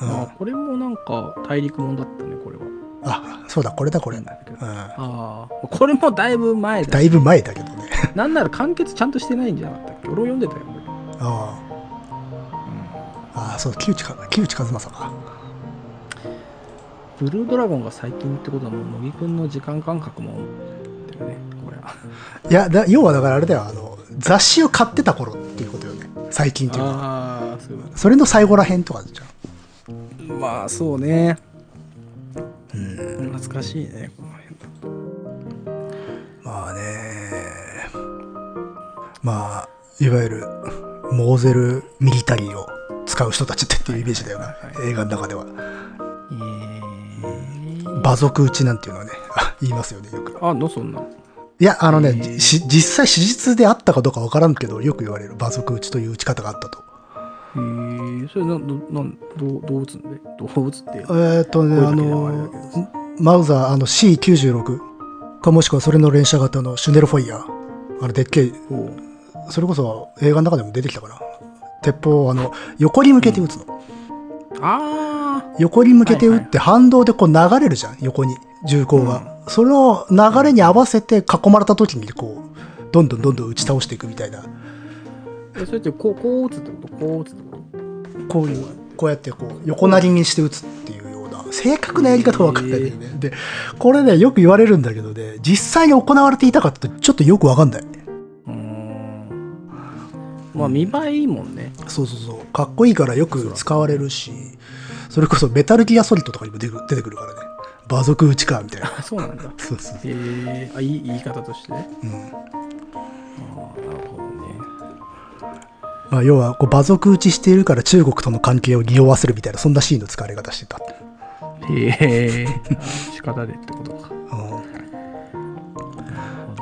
B: う
A: あ
B: ん。
A: これもなんか大陸もんだったね、これは。
B: あ、そうだ、これだ、これ。うん。
A: だけど
B: だ
A: ああ、これもだいぶ前だ
B: いぶ前だけどね。
A: なんなら完結ちゃんとしてないんじゃなかったっけ俺も読んでたよ。
B: ああ、あそう、木内か、木内和正か。
A: ブルードラゴンが最近ってことはもう乃木くんの時間感覚もだよね、これは。
B: いやだ要はだからあれだよあの雑誌を買ってた頃っていうことよね最近っていうのは
A: ああ、そういうこ
B: それの最後らへんとかじゃん
A: とまあそうね。うん、懐かしいね、この辺
B: まあねまあいわゆるモーゼルミリタリーを使う人たちってっていうイメージだよな、映画の中では馬族打ちなんていうのはねあ言いますよねよく
A: あんのそんなの。
B: いやあのね、し実際史実であったかどうかわからんけどよく言われる馬族打ちという打ち方があったと
A: へえ、それな、ど、なん、どう、どう打つんでどう打つって。
B: えーっとね
A: 声だ
B: あ
A: けでもあれだ
B: の
A: けどさ
B: マウザーあの C96 かもしくはそれの連射型のシュネルフォイヤーあのでっけえ
A: おう
B: それこそ映画の中でも出てきたかな鉄砲をあの横に向けて撃つの、
A: あ
B: 横に向けて撃って反動でこう流れるじゃん横に銃口が、その流れに合わせて囲まれた時にこうどんどんどんどん打ち倒していくみたいな
A: ーえそれってこうこう打つってことこう打つってこ
B: こういうこうやってこう横なりにして打つっていうような正確なやり方は分かんないんだよね、でこれねよく言われるんだけどね実際に行われていたかってちょっとよく分かんない
A: とうーんまあ見栄えいいもんね
B: そうそうそうかっこいいからよく使われるしそれこそメタルギアソリッドとかにも出てくる出てくるからね馬族打ちかみたいな
A: あそうなんだ
B: そうそう
A: へえあいい言い方としてあ
B: うん
A: あなるほどね
B: まあ、要はこう馬族打ちしているから中国との関係を匂わせるみたいなそんなシーンの使われ方してた、
A: へえ (laughs) 仕方でってことか
B: う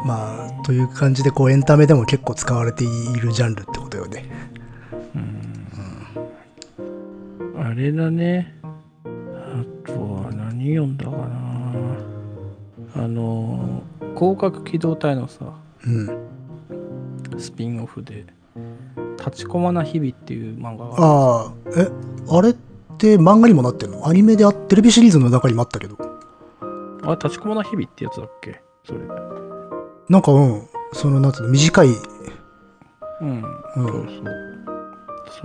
B: んまあという感じでこうエンタメでも結構使われているジャンルってことよね
A: あれだね。あとは何読んだかな。あの、広角機動隊のさ、
B: うん
A: スピンオフで、立ちこまな日々っていう漫画があ
B: ああえあれって漫画にもなってるのアニメであテレビシリーズの中にもあったけど
A: る。あ、立ちこまな日々ってやつだっけそれ。う
B: なんかうんそのなんつうの短い
A: ん。
B: うん
A: そうそう。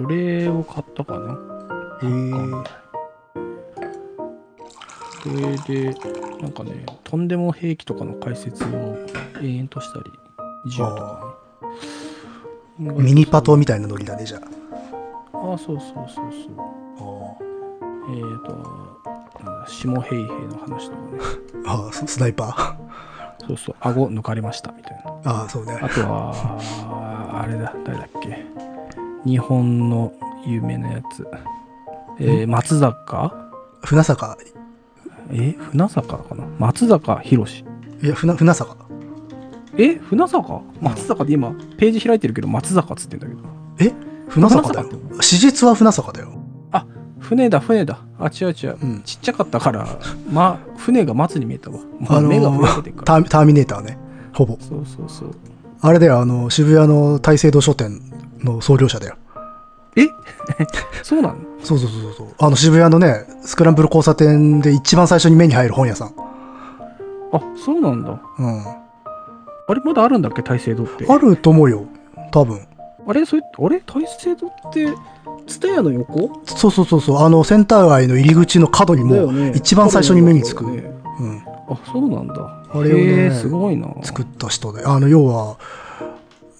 A: それを買ったかな。
B: えー
A: それで、なんかね、とんでも兵器とかの解説を延々としたり、銃とかね。
B: ミニパトみたいなノリだねじゃあ
A: あそうそうそうそう。えー、と、なんだ下平平の話とかね。
B: ああススナイパ
A: そうそう、顎抜かれましたみたいな。
B: ー (laughs) ああそうね
A: あとは、あれだ、誰だっけ。日本の有名なやつ。えー松坂
B: 船坂
A: え船坂かな松坂宏。
B: いや船船坂
A: え船坂松坂で今、ページ開いてるけど、松坂っつってんだけど。
B: え船坂だよ
A: 船坂っ
B: 史実は船坂だよ
A: あ船だ、船だ。あ、違う違う。
B: うん
A: ちっちゃかった
B: (laughs)
A: から、ま、船が松に見えたわ。もう
B: あの
A: 目が増えてるから。
B: ターミターミネーターねほぼ
A: そうそうそう。
B: あれだよあの渋谷の大聖堂書店の創業者だよ
A: え (laughs) そうなの
B: そうそうそうそうそうあの渋谷のねスクランブル交差点で一番最初に目に入る本屋さん
A: あそうなんだ
B: うん
A: あれまだあるんだっけ大聖堂って
B: あると思うよ多分
A: あれそれあれ大聖堂って蔦屋の横
B: そうそうそうそうあのセンター街の入り口の角に
A: だよ
B: も
A: ね
B: 一番最初に目につく、
A: そうだよね
B: うん、
A: あそうなんだ
B: あれをね
A: へーすごいな
B: 作った人であの要は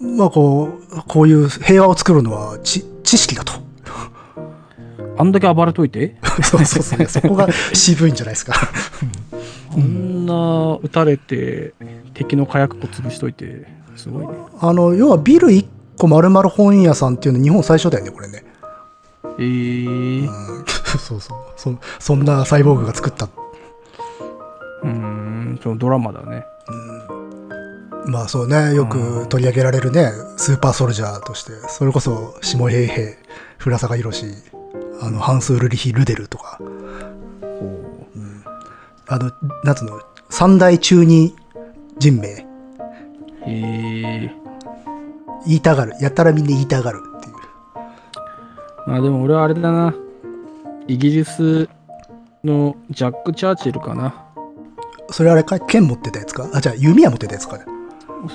B: まあこうこういう平和を作るのは知知識だと
A: あんだけ暴れといて
B: そうそうそうそこが渋いんじゃないですか
A: あんな撃たれて敵の火薬庫潰しといてすごいね
B: あの要はビル1個丸々本屋さんっていうの日本最初だよねこれね、
A: えー、
B: うん、そうそうそそんなサイボーグが作った、
A: うーんそのドラマだね
B: まあそうねよく取り上げられるねスーパーソルジャーとしてそれこそ下平平浦坂宏あのハンス・ウルリヒ・ルデルとかあのなんつうの三大中二人名
A: えー、
B: 言いたがるやたらみんな言いたがるっていう
A: まあでも俺はあれだなイギリスのジャック・チャーチルかな
B: それあれか剣持ってたやつかあじゃあ弓矢持ってたやつかね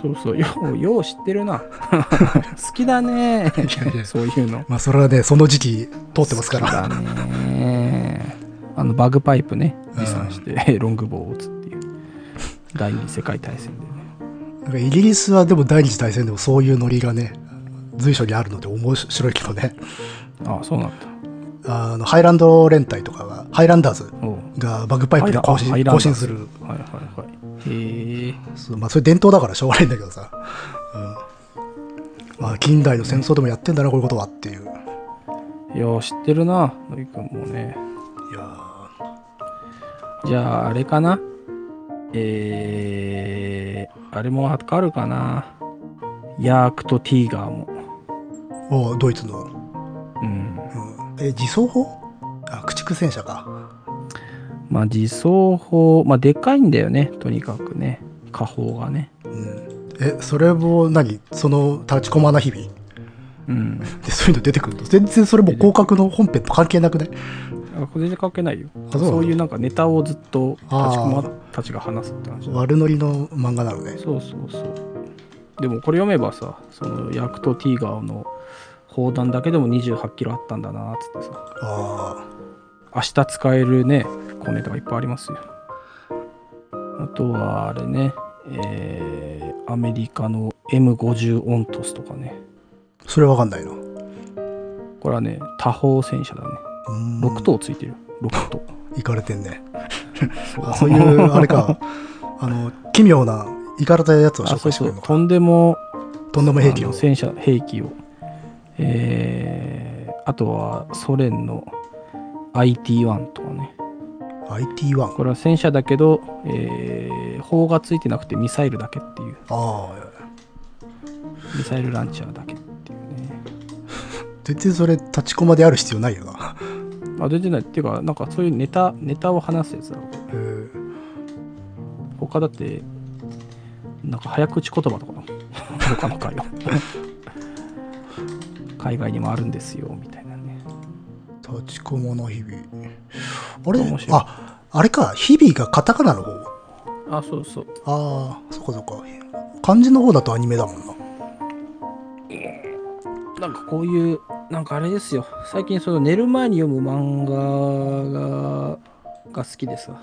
A: そうそう、よう、よう知って
B: (laughs)
A: るな。好きだね。そういうの。
B: まあそれはねその時期通ってますから
A: 好きだね。あの、バグパイプね、持参して、ロングボウを打つっていう。第二次世界大戦でね。
B: なんかイギリスはでも第二次大戦でもそういうノリがね随所にあるので面白いけどね
A: ああ、そうなんだ。
B: あのハイランド連隊とかがハイランダーズ
A: おう
B: がバグパイプで行進行進する。
A: あハイランダーズはいはいはい。へえ。
B: そう,、まあ、それ伝統だからしょうがないんだけどさ、うんまあ、近代の戦争でもやってんだなこういうことはっていういや
A: よう知ってるな、のりくんもね。
B: ー
A: じゃあ、あれかなえー、あれもわかるかなヤークとティーガーも。
B: おうドイツの、
A: うん。
B: うんえ自走砲あ駆逐戦車か
A: まあ、自走砲、まあ、でかいんだよね、とにかくね、火砲がね。
B: うんえそれも何その立ちこまな日々
A: うん。
B: でそういうの出てくると全然それも広角の本編と関係なくね
A: あこれで関係ないよ
B: あそ
A: そう
B: なんだ
A: ういうなんかネタをずっと立ちこ
B: あ
A: ま
B: ー
A: たちが話すって話
B: 悪ノリの漫画なのね
A: そうそうそうでもこれ読めばさそのヤクト・ティーガーの砲弾だけでも2 8キロあったんだなっつってさ
B: あ
A: 明日使えるね小ネタがいっぱいありますよあとはあれねえーアメリカの M50 オントスとかね
B: あそれわかんないな
A: これはね多方戦車だね6頭ついてる6頭
B: 行かれて
A: (laughs)
B: んねあそういうあれかあの奇妙な行かれたやつを
A: あ
B: 紹
A: そう
B: 介して
A: そ
B: くれる
A: う
B: のか
A: とんでも
B: とんでも兵器
A: あ
B: を
A: の戦車兵器を、えーあとはソ連の IT1 とかね
B: IT1
A: これは戦車だけど、えー砲がついてなくてミサイルだけっていう
B: ああ
A: ミサイルランチャーだけっていうね
B: 全然それ立ちこまである必要ないよな、
A: あ全然ないっていうかなんかそういうネタネタを話すやつだろ
B: えー
A: 他だってなんか早口言葉とかな (laughs) 他の (laughs) 会話海外にもあるんですよみたいなね
B: 立ちこまの日々あれ
A: 面白い
B: ああれか日々がカタカナの方
A: あそうそう
B: ああそっかそっか漢字の方だとアニメだもんな
A: なんかこういうなんかあれですよ最近その寝る前に読む漫画がが好きでさ、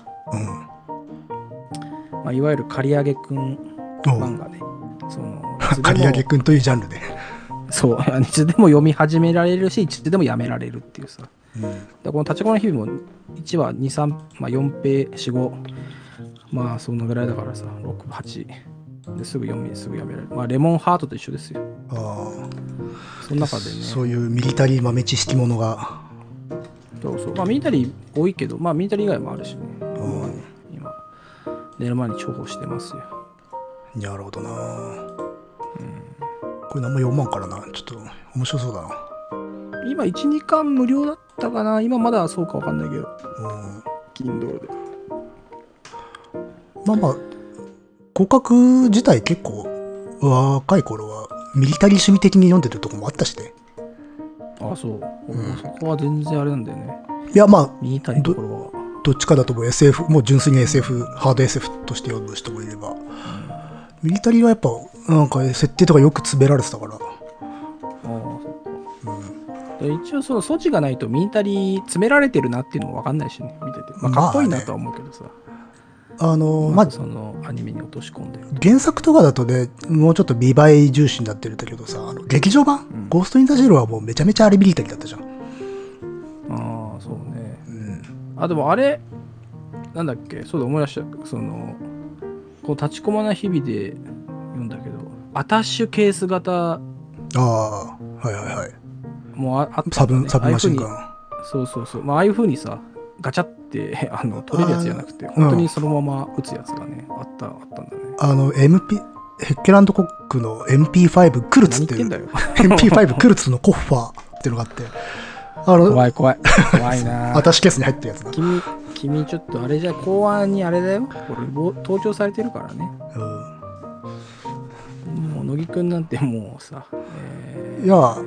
A: まあ、いわゆる刈り上げくん
B: うん
A: 漫画ねその
B: (laughs) 刈り上
A: いつで
B: げ
A: も
B: くんというジャンルで、
A: そう (laughs) いつでも読み始められるしいつでもやめられるっていうさ
B: うん
A: だからこの「立ちこまの日々」も1話23、まあ、4ペ45まあそのぐらいだからさ68ですぐ読みすぐやめられるまあレモンハートと一緒ですよ
B: ああ
A: その中でね
B: そういうミリタリー豆知識ものが、
A: そうそう。まあ、ミリタリー多いけど、まあ、ミリタリー以外もあるしね。
B: ん
A: まあね今、寝る前に重宝してますよ。
B: なるほどな、これ何も読まんからなちょっと面白そうだ
A: 今、1、2巻無料だったかな。今まだそうかわかんないけど、
B: な、うん、
A: Kindle で。
B: まあまあ合格自体結構若い頃はミリタリー趣味的に読んでるとこもあったしね
A: あ、そう。俺もそこは全然あれなんだよね。
B: いやまあ
A: ミリタリーのところは。
B: どっちかだともう SF もう純粋に SF ハード SF として読む人もいればミリタリーはやっぱなんか設定とかよく詰められてたから
A: ああ、そうか。で一応その措置がないとミリタリー詰められてるなっていうのもわかんないしね見ててまあかっこいいなとは思うけどさ、
B: あの
A: ま
B: まあ
A: ずそのアニメに落とし込んでる
B: 原作とかだとねもうちょっと美倍重視になってるんだけどさあの劇場版、ゴースト・イン・ザ・シェルはもうめちゃめちゃあれミリタリーだったじゃん、
A: ああそうね
B: うん、
A: あでもあれなんだっけそうだ思い出したそのこう立ちこまな日々で読んだけどアタッシュケース型
B: ああはいはいはい
A: もああったんだね、
B: サブサブマシンガ
A: ああいう
B: ン
A: 風にそうそうそう、まあああいうふうにさガチャって (laughs) あの取れるやつじゃなくて
B: ん
A: 本当にそのまま打つやつがね、あったあったんだね
B: あの MP ヘッケランドコックの MP5 クルツ
A: 何言っ
B: っ
A: ててんだ
B: いう (laughs)
A: よ
B: MP5 クルツのコッファーっていうのがあってあの
A: 怖い怖い怖いな
B: アタッシュケースに入ってるやつだ、
A: 君君ちょっとあれじゃ公安にあれだよ俺ぼ盗聴されてるからね
B: う
A: もう乃木くんなんてもうさ、え
B: ん、いや
A: ー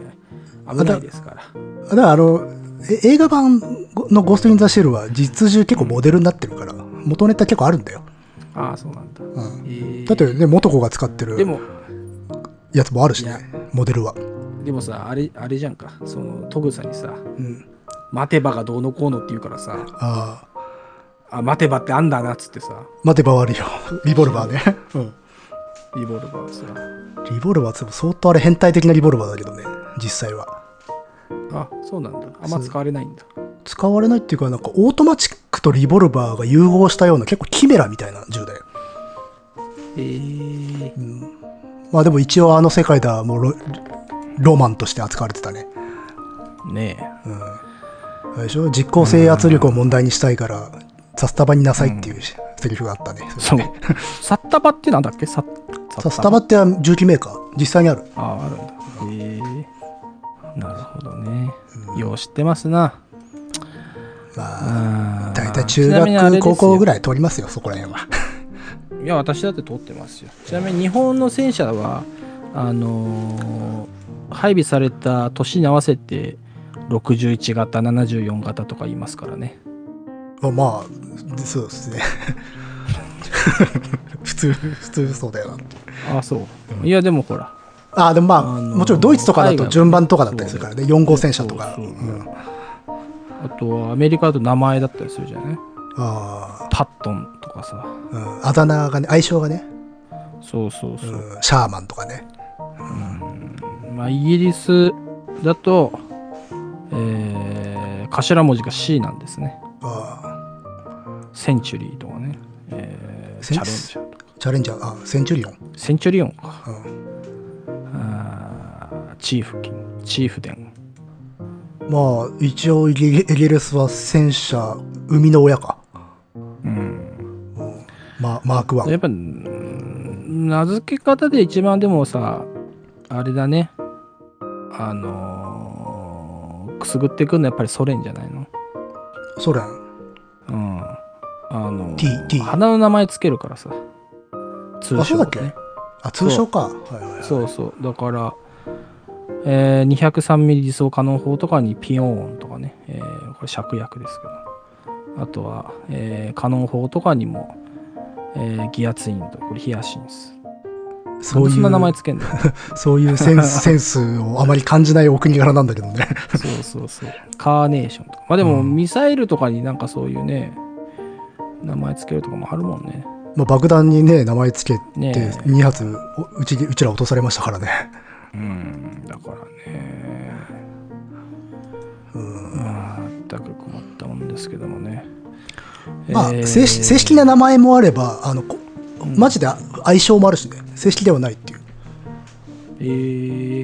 A: 危ないですから
B: だからあのえ映画版の「ゴースト・イン・ザ・シェル」は実銃結構モデルになってるから元ネタ結構あるんだよ、
A: ああそうなんだ、
B: うん、
A: えー
B: だってね元子が使ってる
A: でも
B: やつもあるし
A: いや
B: ねモデルは、
A: でもさあれあれじゃんかそのトグサにさ
B: うん、
A: 「待てば」がどうのこうのって言うからさ
B: ああ
A: 「あ待てば」ってあんだなっつってさ
B: 待てば悪いよリボルバーね、
A: リボルバーさ
B: リボルバーって相当あれ変態的なリボルバーだけどね実際は
A: あそうなんだあんま使われないんだ
B: 使われないっていうかなんかオートマチックとリボルバーが融合したような結構キメラみたいな銃だよ
A: えー、
B: まあでも一応あの世界ではもうロロマンとして扱われてたね
A: ねえ
B: あれでしょ実効性圧力を問題にしたいからサスタバになさいっていうしセリフがあったね
A: そう (laughs) サッタバってなんだっけサッ
B: サスタバって銃器メーカー実際にある
A: あああるんだへえなるほどね、よう知ってますな
B: まあ
A: あー
B: 大体中
A: ちなみにあれ
B: 学
A: ですよ
B: 高校ぐらい通りますよそこら辺は
A: いや、私だって通ってますよ。ちなみに日本の戦車は、あのー配備された年に合わせて、61型、74型とか言いますからね。
B: まあまあでそうですね (laughs) 普通普通そうだよな
A: ああ、そう。いや、でもほら、
B: あでもまあ、
A: あのー
B: もちろんドイツとかだ
A: 海外
B: と
A: も
B: 順番とかだったりするからね4号戦車とか
A: そうそう
B: うん
A: あとはアメリカだと名前だったりするじゃない
B: あ
A: パットンとかさ。
B: ー、うん、あだ名がね相性がね、
A: そうそうそうう。
B: ん、シャーマンとかね
A: まあ、イギリスだと、えー頭文字が C なんですね。
B: あ
A: センチュリーとかね。えー
B: セ
A: チ
B: ン
A: ャレンジャーとか。
B: ーチャレンジャーあセンチュリオン、
A: センチュリオンか。
B: うん、
A: あーチーフ金、チーフ伝。
B: まあ一応イギイギリスは戦車生みの親か、
A: うん。
B: うんま、マークワン
A: やっぱ、うん名付け方で一番でもさ、あれだね。あのーくすぐってくるのはやっぱりソ連じゃないの
B: ソ連
A: うん。あの
B: T T
A: 花の名前つけるからさ。通
B: あそうだっけ
A: ね
B: あ通称かはいはいはい
A: そうそう。だから、えー、203ミリ自走可能砲とかにピヨーンとかね、えーこれ芍薬ですけど、あとは、えー、可能砲とかにも、えーギアツインと、これヒアシンス。
B: そ
A: そうう
B: い
A: そんな名前
B: う
A: つけんだよ。
B: そういうセン (laughs) スセンスをあまり感じないお国柄なんだけどね
A: そうそう
B: (laughs)
A: そう。カーネーションとか。まあでも、
B: うん
A: ミサイルとかになんかそういうね、名前つけるとかもあるもんね。
B: まあ、爆弾にね名前つけて
A: ねえ
B: 2発おうちうちら落とされましたからね、
A: うん、だからね。
B: うん
A: まあ、全く困ったもんですけどもね。
B: まあ
A: えー
B: 正式正式な名前もあればあのこマジで相性もあるしね正式ではないっていう、
A: え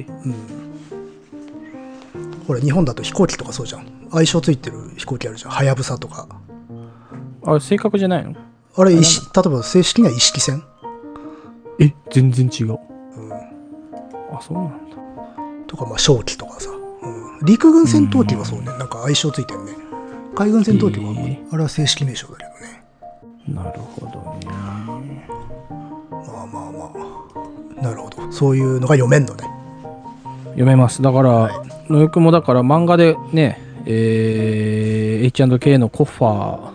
A: ー
B: うん、ほら日本だと飛行機とかそうじゃん相性ついてる飛行機あるじゃんはやぶさとか
A: あれ、正確じゃないの
B: あれ石例えば正式には一式戦
A: え、全然違う。あ、そうなんだ。
B: とかまあ正機とかさ、うん、陸軍戦闘機はそうねなんか相性ついてるね海軍戦闘機はもう
A: へえ
B: あれは正式名称だけどね
A: なるほどね。
B: まあまあまあなるほどそういうのが読めんのね
A: 読めます。だから、野くもだから漫画でね、えー H&K のコッファ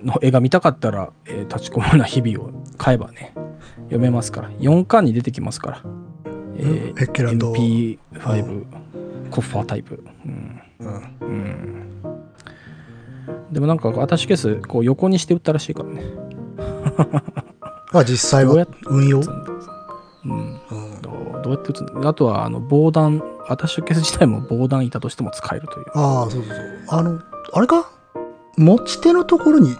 A: ーの絵が見たかったら、えー立ちこもらない日々を買えばね、読めますから。4巻に出てきますから。えー
B: ヘッケランド
A: MP5 コッファータイプ。うん
B: うん
A: うんでもなんかアタッシュケースこう横にして売ったらしいからね。
B: まあ実際
A: どうや
B: は
A: って
B: 運用
A: 打つんだうん、
B: うん
A: どうどうやって打つんだあとはあの防弾アタッシュケース自体も防弾板としても使えるとい
B: ああそうそうそうあのあれか持ち手のところに
A: う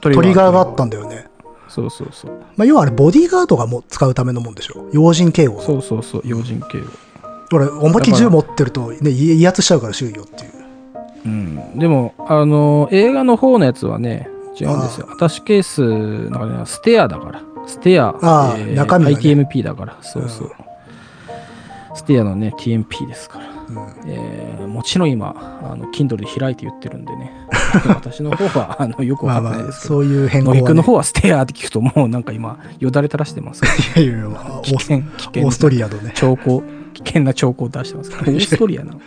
A: ト
B: トリガーがあ
A: ト
B: ったんだよね、
A: そうそうそう
B: まあ、要はあれボディーガードがもう使うためのもんでしょ要人警護
A: そうそうそう要人警護
B: 俺おまけ銃持ってると、ね、い威圧しちゃうから周囲をっていう
A: うんでもあの映画の方のやつはね違うんですよアタッシュケースの中にはステアだからステア
B: あー中身がね
A: ITMP だからそうそう、ステアのね TMP ですから
B: うん
A: えーもちろん今あの Kindle で開いて言ってるんでね (laughs) 私の方はあのよくわ
B: ま
A: かん
B: あ
A: ない
B: ま
A: で
B: あ
A: すけど
B: そういう変更
A: 野
B: は、
A: 木
B: ね、
A: 君の方はステアって聞くともうなんか今よだれ垂らしてますから
B: いやいやいやまあオ
A: 危
B: ース
A: 険危険
B: オースト
A: リ
B: リアのね
A: 兆候危険な兆候を出してます (laughs) からオーストリアなの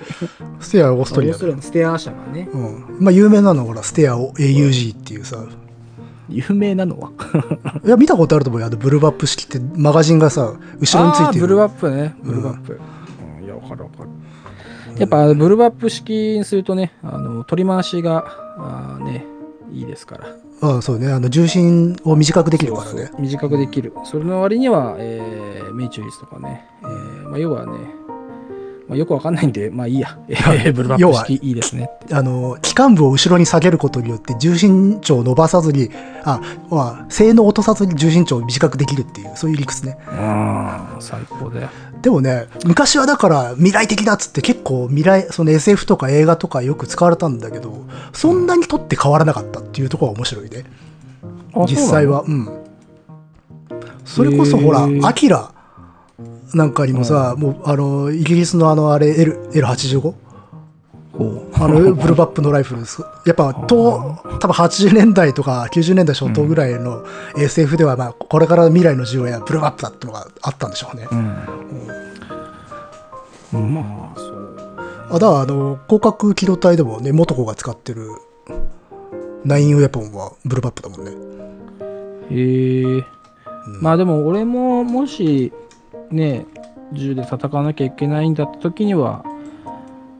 B: ステアはオー
A: オ
B: ストリアだ
A: のステア社がね
B: うんまあ有名なのはほらステアを AUG っていうさ
A: 有名な (laughs) のは
B: いや見たことあると思うよあのブルバップ式ってマガジンがさ後ろについ
A: あ
B: て
A: ー
B: る
A: ブルバップねブルバップ、うんいや分かる分かるやっぱブルバップ式にするとねあの取り回しがあーねいいですから
B: ああそうねあの重心を短くできるからね
A: そうそう短くできる、それの割には、えー、命中率とかね、えーまあ、要はね、まあ、よくわかんないんでまあい (laughs) いや、えー、ブルバッ
B: 要
A: ク
B: は
A: 式いいですねって
B: あの機関部を後ろに下げることによって重心長を伸ばさずにあ、まあ、性能を落とさずに重心長を短くできるっていうそういう理屈ね
A: うん最高だよ
B: でもね昔はだから未来的だっつって結構未来その SF とか映画とかよく使われたんだけどそんなにとって変わらなかったっていうところが面白いね実際はうんそれこそほら
A: へ
B: 「
A: ー
B: アキラ」なんかにもさ、もうあのイギリスのあのあれ L L85
A: ほ (laughs)
B: あのブルーバップのライフルですやっぱと多分80年代とか90年代初頭ぐらいの SF では、まあ、これから未来の需要やブルーバップだってのがあったんでしょうね、
A: う。まあ、そう。
B: あだからあの広角機動隊でもね元子が使ってるナインウェポンはブルーバップだもんね
A: へえ。まあでも俺ももしね、銃で戦わなきゃいけないんだって時には、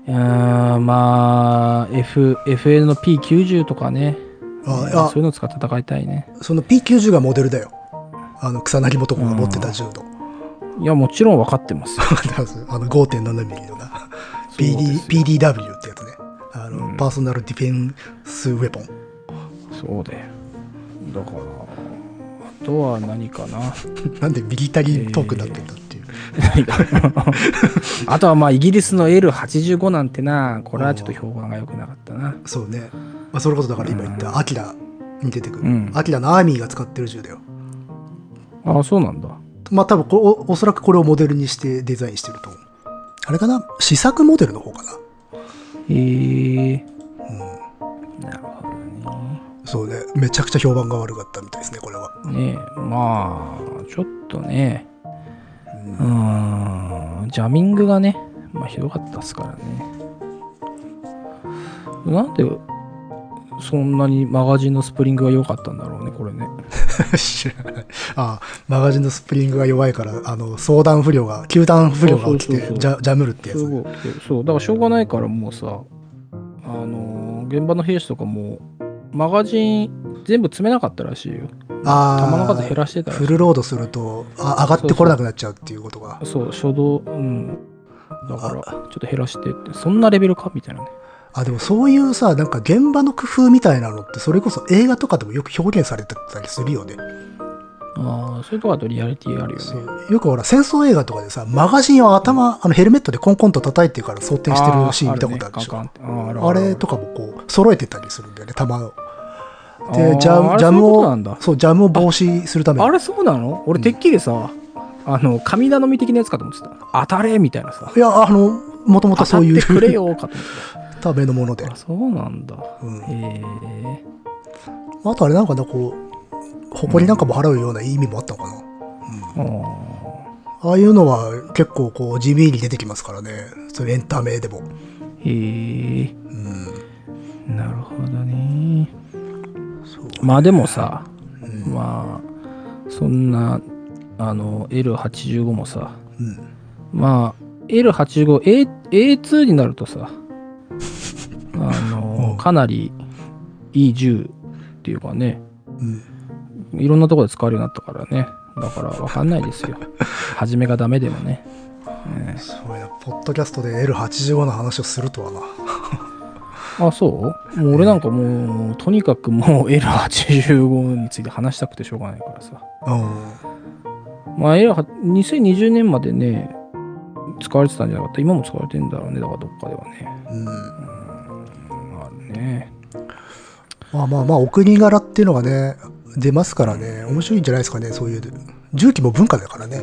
A: うーんまあ、F、FL の P90 とかね、
B: あ
A: そういうの使って戦いたいね。
B: あその P90 がモデルだよあの草薙元子が持ってた銃の、
A: いや、もちろん分かって (laughs) ますよ。
B: あの5.7ミリのな
A: そうで
B: PD
A: すよ
B: PDW ってやつねあの、パーソナルディフェンスウェポン
A: そうだよ。だから、あとは何かな。 (laughs)
B: なんでミリタリートークになってんだっていう。
A: あとはまあイギリスの L85 なんてな、これはちょっと評判が良くなかったな。
B: そうね。まあ、それこそだから今言った、アキラに出てく
A: う
B: る
A: ん。
B: アキラのアーミーが使ってる銃だよ。
A: ああ、そうなんだ。
B: まあ多分こお、おそらくこれをモデルにしてデザインしてると思う。あれかな試作モデルの方かな
A: へえ。
B: うん。
A: なるほ
B: そうね。めちゃくちゃ評判が悪かったみたいですね、これは。 (laughs)
A: どね。ねえ、まあ、ちょっとね、う
B: うん
A: ーん、ジャミングがね、まあひどかったっすからね。なんで、そんなにマガジンのスプリングが良かったんだろうね、これね。
B: 知らない。ああ、マガジンのスプリングが弱いから、あの、相談不良が、球団不良が起き
A: そうそう
B: て
A: そうそう、
B: ジャジャムるってやつ
A: す
B: ね。
A: ごいそうだからしょうがないからもうさあのー現場の兵士とかもマガジン全部詰めなかったらしいよ弾の
B: あ
A: 数減
B: あ、
A: らしてたらし
B: フ
A: い
B: ルロードすると、あ上がってこれなくなっちゃうっていうことが。
A: そう初動うんだからちょっと減らしてってそんなレベルかみたいなね
B: あでもそういうさなんか現場の工夫みたいなのってそれこそ映画とかでもよく表現されてたりするよね
A: ああそういうとこだとリアリティあるよ
B: そ
A: ね
B: うよくほら戦争映画とかでさマガジンを頭あのヘルメットでコンコンと叩いてから装填してるシーン見たことあるでしょあ,、
A: ょ
B: れとかもこう揃えてたりするんだよね弾を
A: か
B: でジャムジャム
A: あれそういうことなん
B: を
A: だ
B: そうジャムを防止するために
A: あれそうなの俺てっきりさあの神頼み的なやつかと思ってた当たれみたいなさ
B: いやあのもとも
A: 当
B: と
A: た
B: そ
A: っ
B: うい
A: てくれ
B: う
A: よかと思って
B: ためのもので
A: たあそうなんだ
B: うん
A: へえ
B: あとあれなんかねこう誇りなんかも払うような意味もあったのかな、
A: あ
B: ああいうのは結構こう地味に出てきますからねそういうエンタメでも
A: ーへえ
B: うん
A: なるほどね
B: そう
A: まあでもさ、まあそんなあの L85 もさ
B: うん、
A: まあ L85A2 になると
B: (laughs)
A: さあ
B: う
A: の
B: ん
A: かなりいい銃っていうかね
B: うん、
A: いろんなところで使われるようになったからねだから分かんないです
B: (laughs)
A: よ初めがダメでもねね
B: そうやポッドキャストで L85 の話をするとはな
A: あそうもう俺なんかもうとにかくもう L85 について話したくてしょうがないからさ
B: うん
A: まあ、2020年までね、使われてたんじゃなかった今も使われてんだろうね、だからどっかではね。
B: うん
A: うんあるね。
B: まあまあまあお国柄っていうのがね出ますからね面白いんじゃないですかねそういう重機も文化だからね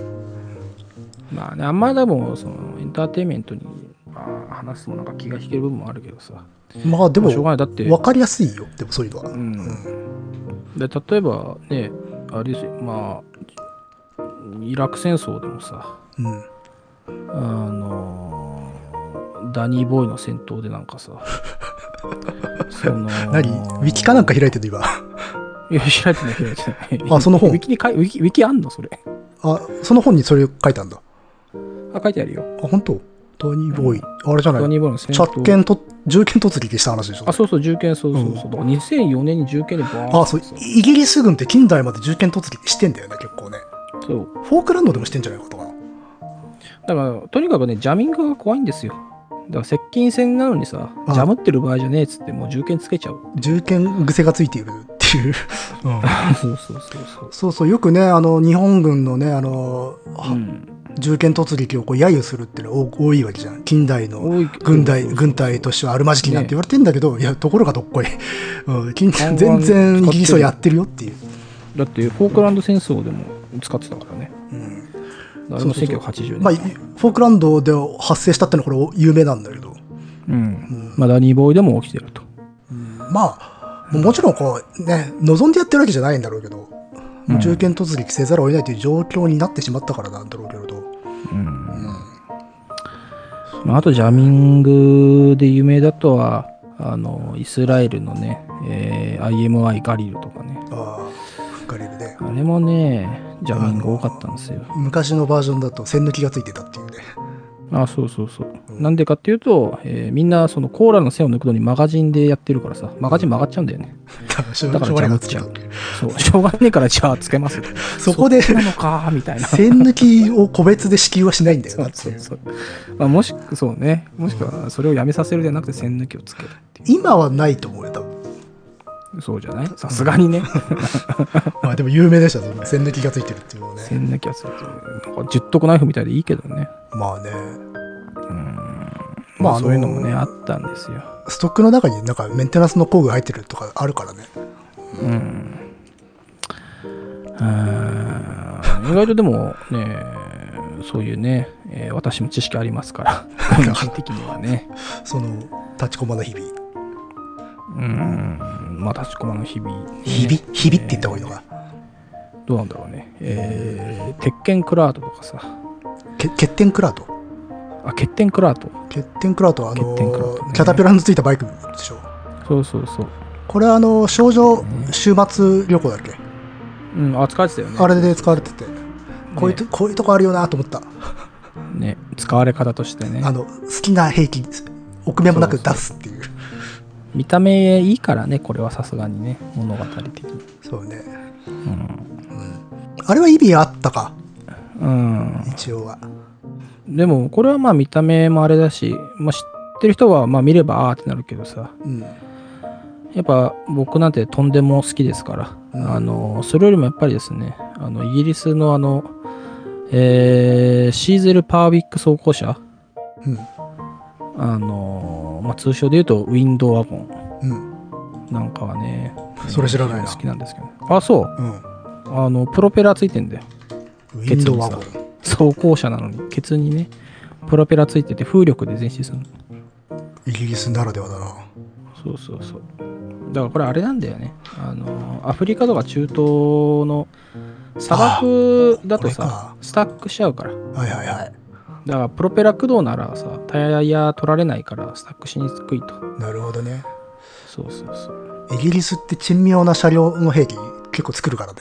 A: まあね、あんまりでも、その、エンターテインメントに、まあ、話すもなんか気が引ける部分もあるけどさ。
B: まあで
A: で
B: も
A: も、しょうがない。だって、
B: 分かりやすいよでもそういうのは、
A: う
B: うん
A: ん。で、例えばね、あれですよ、まあ、イラク戦争でもさ、
B: うん、
A: あのーダニーボーイの戦闘でなんかさ、
B: (laughs)
A: その、
B: 何ウィキかなんか開いてるの今
A: いや、開いてない、開いてない。
B: あその本
A: ウィキに書い、ウィキ、ウィキあんのそれ。
B: あその本にそれ書いたんだ
A: あ、書いてあるよ。
B: あ本当トニーボーイ、あれじゃな
A: ド
B: い
A: ニーボーイの戦
B: 着
A: 闘。
B: 剣と銃剣突撃した話でしょ
A: あ、そうそう、銃剣、そうそうそう。
B: うん
A: だから2004年に銃剣でバーン
B: あそうイギリス軍って近代まで銃剣突撃してんだよね結構ね
A: そう。
B: フォークランドでもしてんじゃないかとかな
A: だから、とにかくね、ジャミングが怖いんですよ。だから、接近戦なのにさ、
B: あ
A: ジャムってる場合じゃねえっつって、もう銃剣つけ
B: (laughs)
A: ちゃう。
B: 銃剣癖がついているっていう、
A: そうそうそうそう。
B: そうそうよくねあの日本軍のねあの、
A: うん、
B: 銃剣突撃をこう揶揄するっていうのは多多いわけじゃん近代の
A: 多い
B: 軍隊
A: そうそうそう
B: 軍隊としてはあるまじきなんて言われてんだけど、いやところがどっこい、 (laughs) うん、近
A: ガンガ
B: 全
A: ン
B: 然イギリスはやってるよっていう、
A: だって、フォークランド戦争でも使ってたからね。
B: うん
A: あれ
B: そう
A: も
B: そうそう
A: 1980年。
B: まあ、いフォークランドで発生したってのはこれ有名なんだけど
C: うん
B: うん
A: まあ、ダニーボーイでも起きてると。
B: うんまあもちろんこうね望んでやってるわけじゃないんだろうけど
C: うん
B: 中堅突撃せざるを得ないという状況になってしまったからなんだろうけれど、
C: うん
A: まあ、あと、ジャミングで有名だとは、あの、イスラエルのね、えー IMI ガリルとかね。
B: ああガリルで
A: あれもね、ジャミング多かったんですよ。
B: 昔のバージョンだと線抜きがついてたっていうね
A: あそうそうそう。なんでかっていうと、えーみんなそのコーラの線を抜くのにマガジンでやってるからさ、マガジン曲がっちゃうんだよね。
B: だからしょう
A: だから
B: しょうがないことつけた
A: そう、しょうがねえからじゃあつけます。
B: (laughs) そこで
A: そっちなのか、みたいな。
B: 線抜きを個別で支給はしないんだよ
A: そ
B: な
A: う
B: って
A: そ
B: いう
A: うそう。まあ、もしくそうね、もしくはそれをやめさせるでなくて線抜きをつけるってい
B: 今はないと思うよ多分
A: う。そうじゃないさすがにね。
B: まあでも有名でしたね線抜きがついてるっていうのはね
A: 線抜きはすると、なんか十徳ナイフみたいでいいけどね。
B: まあね
A: まあ、
B: あの
A: そういうのもね、あったんですよ。
B: ストックの中になんかメンテナンスの工具入ってるとかあるからね
A: うーん意外とでもね、そういうね、えー私も知識ありますから、個人的にはね。
B: その立ちこまの日々
A: うーん、まあ、立ちこまの日々、ね。
B: 日々日々って言った方がいいのか
A: どうなんだろうね。えー、鉄拳クラートとかさ、
B: け欠点クラート
A: あ、欠点クラート。
B: 欠点クラートはあの
A: 欠点クラートね
B: キャタピラのついたバイクでしょ
A: そうそうそう。
B: これはあの少女週末旅行だっけ
A: うん、あ、使われてたよね。
B: あれで使われててこういうとこういうとこあるよなと思った
A: ね、使われ方としてね
B: あ。の好きな兵器臆面もなく出すっていう
A: 見た目いいからね、これはさすがにね、物語的に。
B: そうね
A: うん。
B: あれは意味あったか
A: うん、
B: 一応は
A: でも、これはまあ見た目もあれだし、まあ、知ってる人はまあ見ればあーってなるけどさ、
B: うん
A: やっぱ僕なんてとんでも好きですから、
B: うん
A: あのそれよりもやっぱりですねあのイギリスのあの、えーシーゼル・パーウィック装甲車
B: うん
A: あの、まあ、通称で言うとウィンドウワゴン
B: うん
A: なんかはね
B: それ知らないな
A: 好きなんですけどあそう
B: うん
A: あのプロペラついてんだよ
B: ウィンドウワゴン
A: ケツ装甲車なのにケツにねプロペラついてて風力で前進するの
B: イギリスならではだな
A: そうそうそうだからこれあれなんだよねあのアフリカとか中東の砂漠だと
B: あ
A: さスタックしちゃうから
B: はいはいはい
A: だからプロペラ駆動ならさタイヤ取られないからスタックしにくいと
B: なるほどね
A: そうそうそう
B: イギリスって珍妙な車両の兵器結構作るからね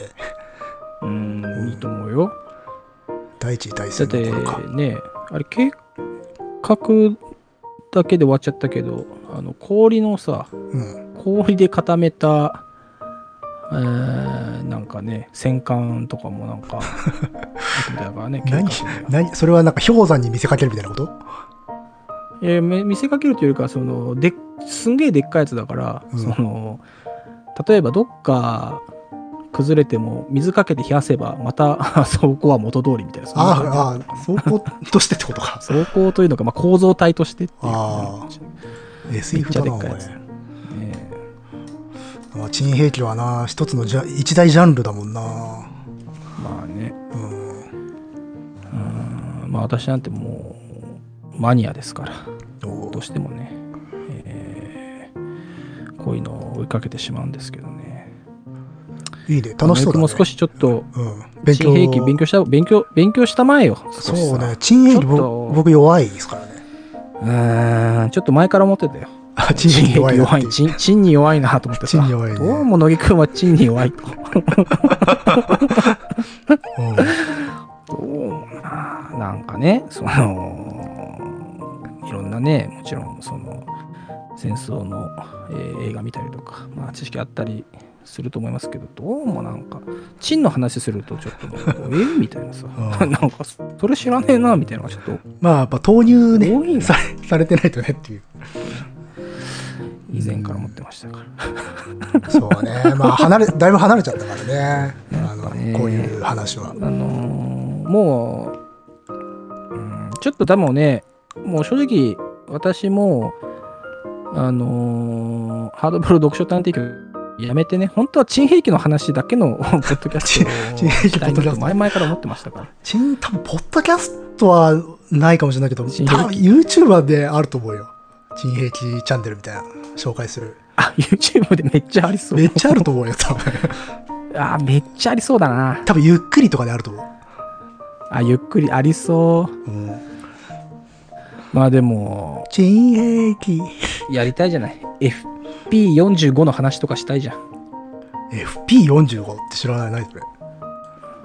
A: うーんいいと思うよ
B: 第一次
A: だっ
B: 大戦
A: て
B: の頃か
A: ねあれ計画だけで終わっちゃったけどあの氷のさ
B: うん
A: 氷で固めた、えーなんかね戦艦とかもなん
B: (laughs)
A: かみたいだからね計画
B: 何
A: みたいな
B: 何それはなんか氷山に見せかけるみたいなこと
A: えーめ見せかけるというよりかそのですんげえでっかいやつだから、
B: うん
A: その例えばどっか崩れても水かけて冷やせばまた (laughs) 走行は元通りみたいなそんな感じ
B: ああああ走行としてってことか
A: 走行というのか、まあ、構造体としてっていう
B: あ
A: か (laughs) めっ
B: SF
A: ちゃ
B: だ
A: で
B: な
A: っ
B: お
A: かい
B: 前
A: やつ、ねえ
B: まあ珍兵器はな一つのじゃ一大ジャンルだもんな
A: まあね
B: うん
A: うんまあ私なんてもうマニアですから
B: お
A: どうしてもね、えーこういうのを追いかけてしまうんですけどね
B: いいね楽しそうだ、
A: 僕
B: ね、
A: も少しちょっと
B: うん勉
A: 新
B: 強
A: 兵器勉強した勉強勉強したまえよ少しさ
B: そうね珍兵器
A: ちょっ
B: 僕
A: と
B: 僕弱いですからね
A: うーんちょっと前から思ってたよ
B: あ
A: チンに弱い
B: なってう
A: チン (laughs) チンに弱いなと思って
B: チン
A: さ
B: に弱いね
A: どうも乃木くんはチンに弱いと
B: うん
A: どうもななんかねそのいろんなねもちろんその戦争の、えー映画見たりとか、まあ、知識あったりすると思いますけどどうもなんかチンの話するとちょっ
B: (laughs)
A: となんかえーみたいなさ
B: う
A: (laughs)
B: ん
A: なんかそれ知らねえなみたいなのがちょっと
B: まあやっぱ投
A: 多
B: 入
A: い
B: ね
A: な
B: されされてないとねっていう
A: 以前から思ってましたから。
B: そうねまあ離れだいぶ離れちゃったからねあの
A: (laughs) ね
B: こういう話は
A: あのーもう、うん、ちょっとでもね、もう正直、私も、あのーハードボール読書探偵局やめてね、本当は珍兵器の話だけの (laughs) ポッドキャスト
B: 珍
A: を
B: 兵器
A: したいな
B: ポッドキャ
A: と
B: スト
A: 前々から思ってましたから。
B: ちん多分ポッドキャストはないかもしれないけど多
A: 新
B: 分 YouTuber であると思うよ新兵器チャンネルみたいな、紹介する。
A: あ、YouTube でめっちゃありそう。
B: めっちゃあると思うよ、多分。
A: あ、めっちゃありそうだな。
B: 多分、ゆっくりとかであると思う。
A: あ、ゆっくりありそう。
B: うん、
A: まあでも、
B: 新兵器。
A: やりたいじゃない。FP45 の話とかしたいじゃん。
B: FP45 って知らない、ないそれ。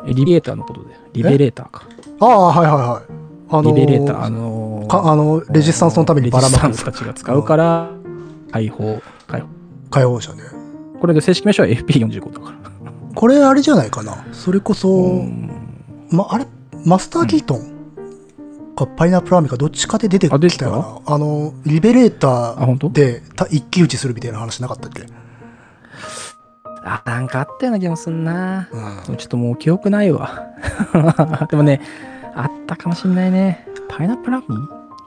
A: えリベレーターのことで。リベレーターか。
B: ああ、はいはいはい。あの
A: リベレーター、あのー
B: かあの、レジスタンスのためにばら
A: レジスタ
B: ま
A: ン
B: く
A: スたちが使うから、解放、解放。
B: 解放者ね。
A: これで正式名称は FP45 だから。
B: これ、あれじゃないかな。それこそ、
A: うん
B: ま、あれ、マスターキートンか、パイナップルアーミーか、どっちかで出て
A: あ出
B: き
A: て
B: た
A: た
B: よな。あの、リベレータ
A: あ、本当
B: ー？でた一騎打ちするみたいな話なかったっけ
A: あ、なんかあったような気もすんな。
B: うん
A: ちょっともう記憶ないわ。 (laughs) でもね、あったかもしんないね。パイナップルアーミー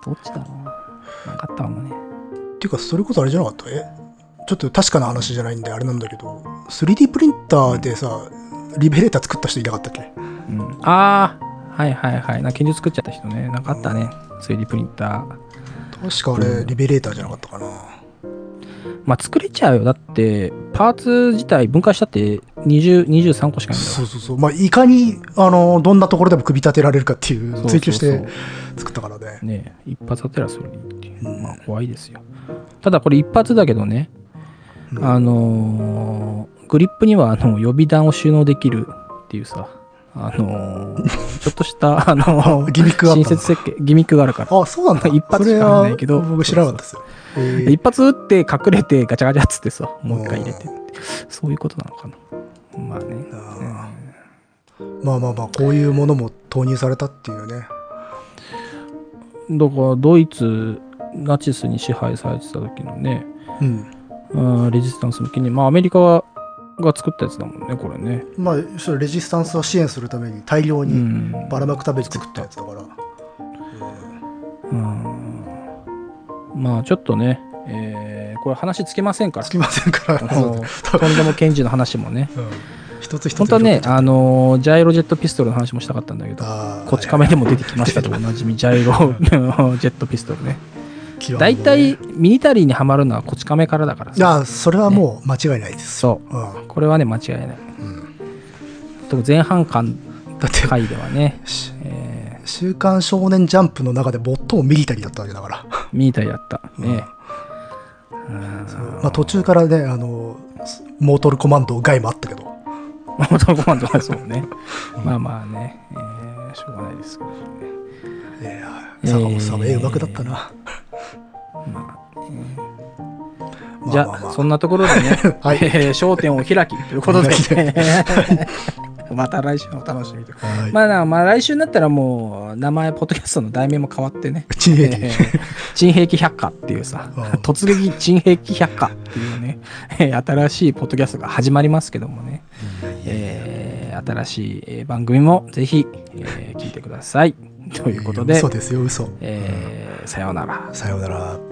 A: どっちだろうな。なんかあったかもね。
B: っていうか、それこそあれじゃなかったえちょっと確かな話じゃないんで、あれなんだけど、3D プリンターでさ、リベレーター作った人いなかったっけ
A: うん、ああ、はいはいはい。なんか拳銃作っちゃった人ね。なんかあったね。3D プリンター。
B: 確かあれ、リベレーターじゃなかったかな。
A: まあ作れちゃうよ。だって、パーツ自体分解したって20 23個しかないんだ
B: そうそうそう。まあ、いかに、あの、どんなところでも組み立てられるかっていうのを
A: よ
B: 追求し
A: そう
B: て
A: そうそ
B: 作ったからね
A: う。ね一発当てらそれでいいっていう。
B: うん
A: まあ怖いですよ。ただこれ一発だけどね、
B: うん
A: あのーグリップにはあの予備弾を収納できるっていうさ、あの
B: (laughs)
A: ーちょっとした、あのー
B: ギミックがあった
A: 親 (laughs)
B: の
A: 切設計、ギミックがあるから。
B: あ、そうなんだ。
A: 一発しか入んないけど
B: それは僕知らなかったですよ。えー
A: 一発撃って隠れてガチャガチャっつってさ、もう一回入れてって。そういうことなのかな。まあね。
B: あまあまあまあ、こういうものも投入されたっていうね。
A: うんだからドイツ、ナチスに支配されてた時のね、
B: うん。
A: うんレジスタンス向けに、まあアメリカが作ったやつだもんね、これね。
B: まあ、それレジスタンスを支援するために大量
A: う
B: に
A: ん。
B: ばらまくために作ったやつだから。
A: うんまあちょっとね、えーこれ話つけませんから
B: つ、きませんから。
A: (laughs) あ
B: (laughs)
A: のとんでも賢治の話もね、
B: うん一つ一つ。
A: 本当はね、あのジャイロジェットピストルの話もしたかったんだけど、
B: あー、
A: こっち亀でも出てきましたとおなじみ、ジャイロ
B: (laughs)
A: ジェットピストルね。
B: 極め
A: 大
B: てね
A: 体、ミニタリーにはまるのはこっち亀からだから
B: い
A: さ、
B: や、それはもう間違いないです。
A: そうう、これはね、間違いない。
B: ん。うん
A: でも前半間
B: だって、
A: 回ではね、
B: し
A: え
B: 週刊少年ジャンプの中で最もミリタリーだったわけだから。
A: ーミニタリーだった。ねうん
B: まあ、途中からね、あの、モートルコマンド外もあったけど。
A: まあ、男マンとかそうね。まあまあね、えーしょうがないですけどね。
B: いや
A: えー
B: 坂本さんも絵うまくだったな。
A: まあ
B: まあ
A: じゃあ、
B: まあまあ
A: そんなところでね、
B: はい
A: えー焦点を開きということで
B: お開、
A: また来週のお楽しみと。
B: はい (laughs)
A: まあな、まあ、来週になったらもう、名前、ポッドキャストの題名も変わってね、
B: チンヘイキ
A: え
B: (laughs)
A: ー珍兵器百科っていうさ
B: うん、
A: 突撃珍兵器百科っていうね、えー新しいポッドキャストが始まりますけどもね、えー新しいえー番組もぜひ、えー聞いてください。ということで
B: 嘘、ですよ、嘘。
A: えーさようなら。
B: さようなら。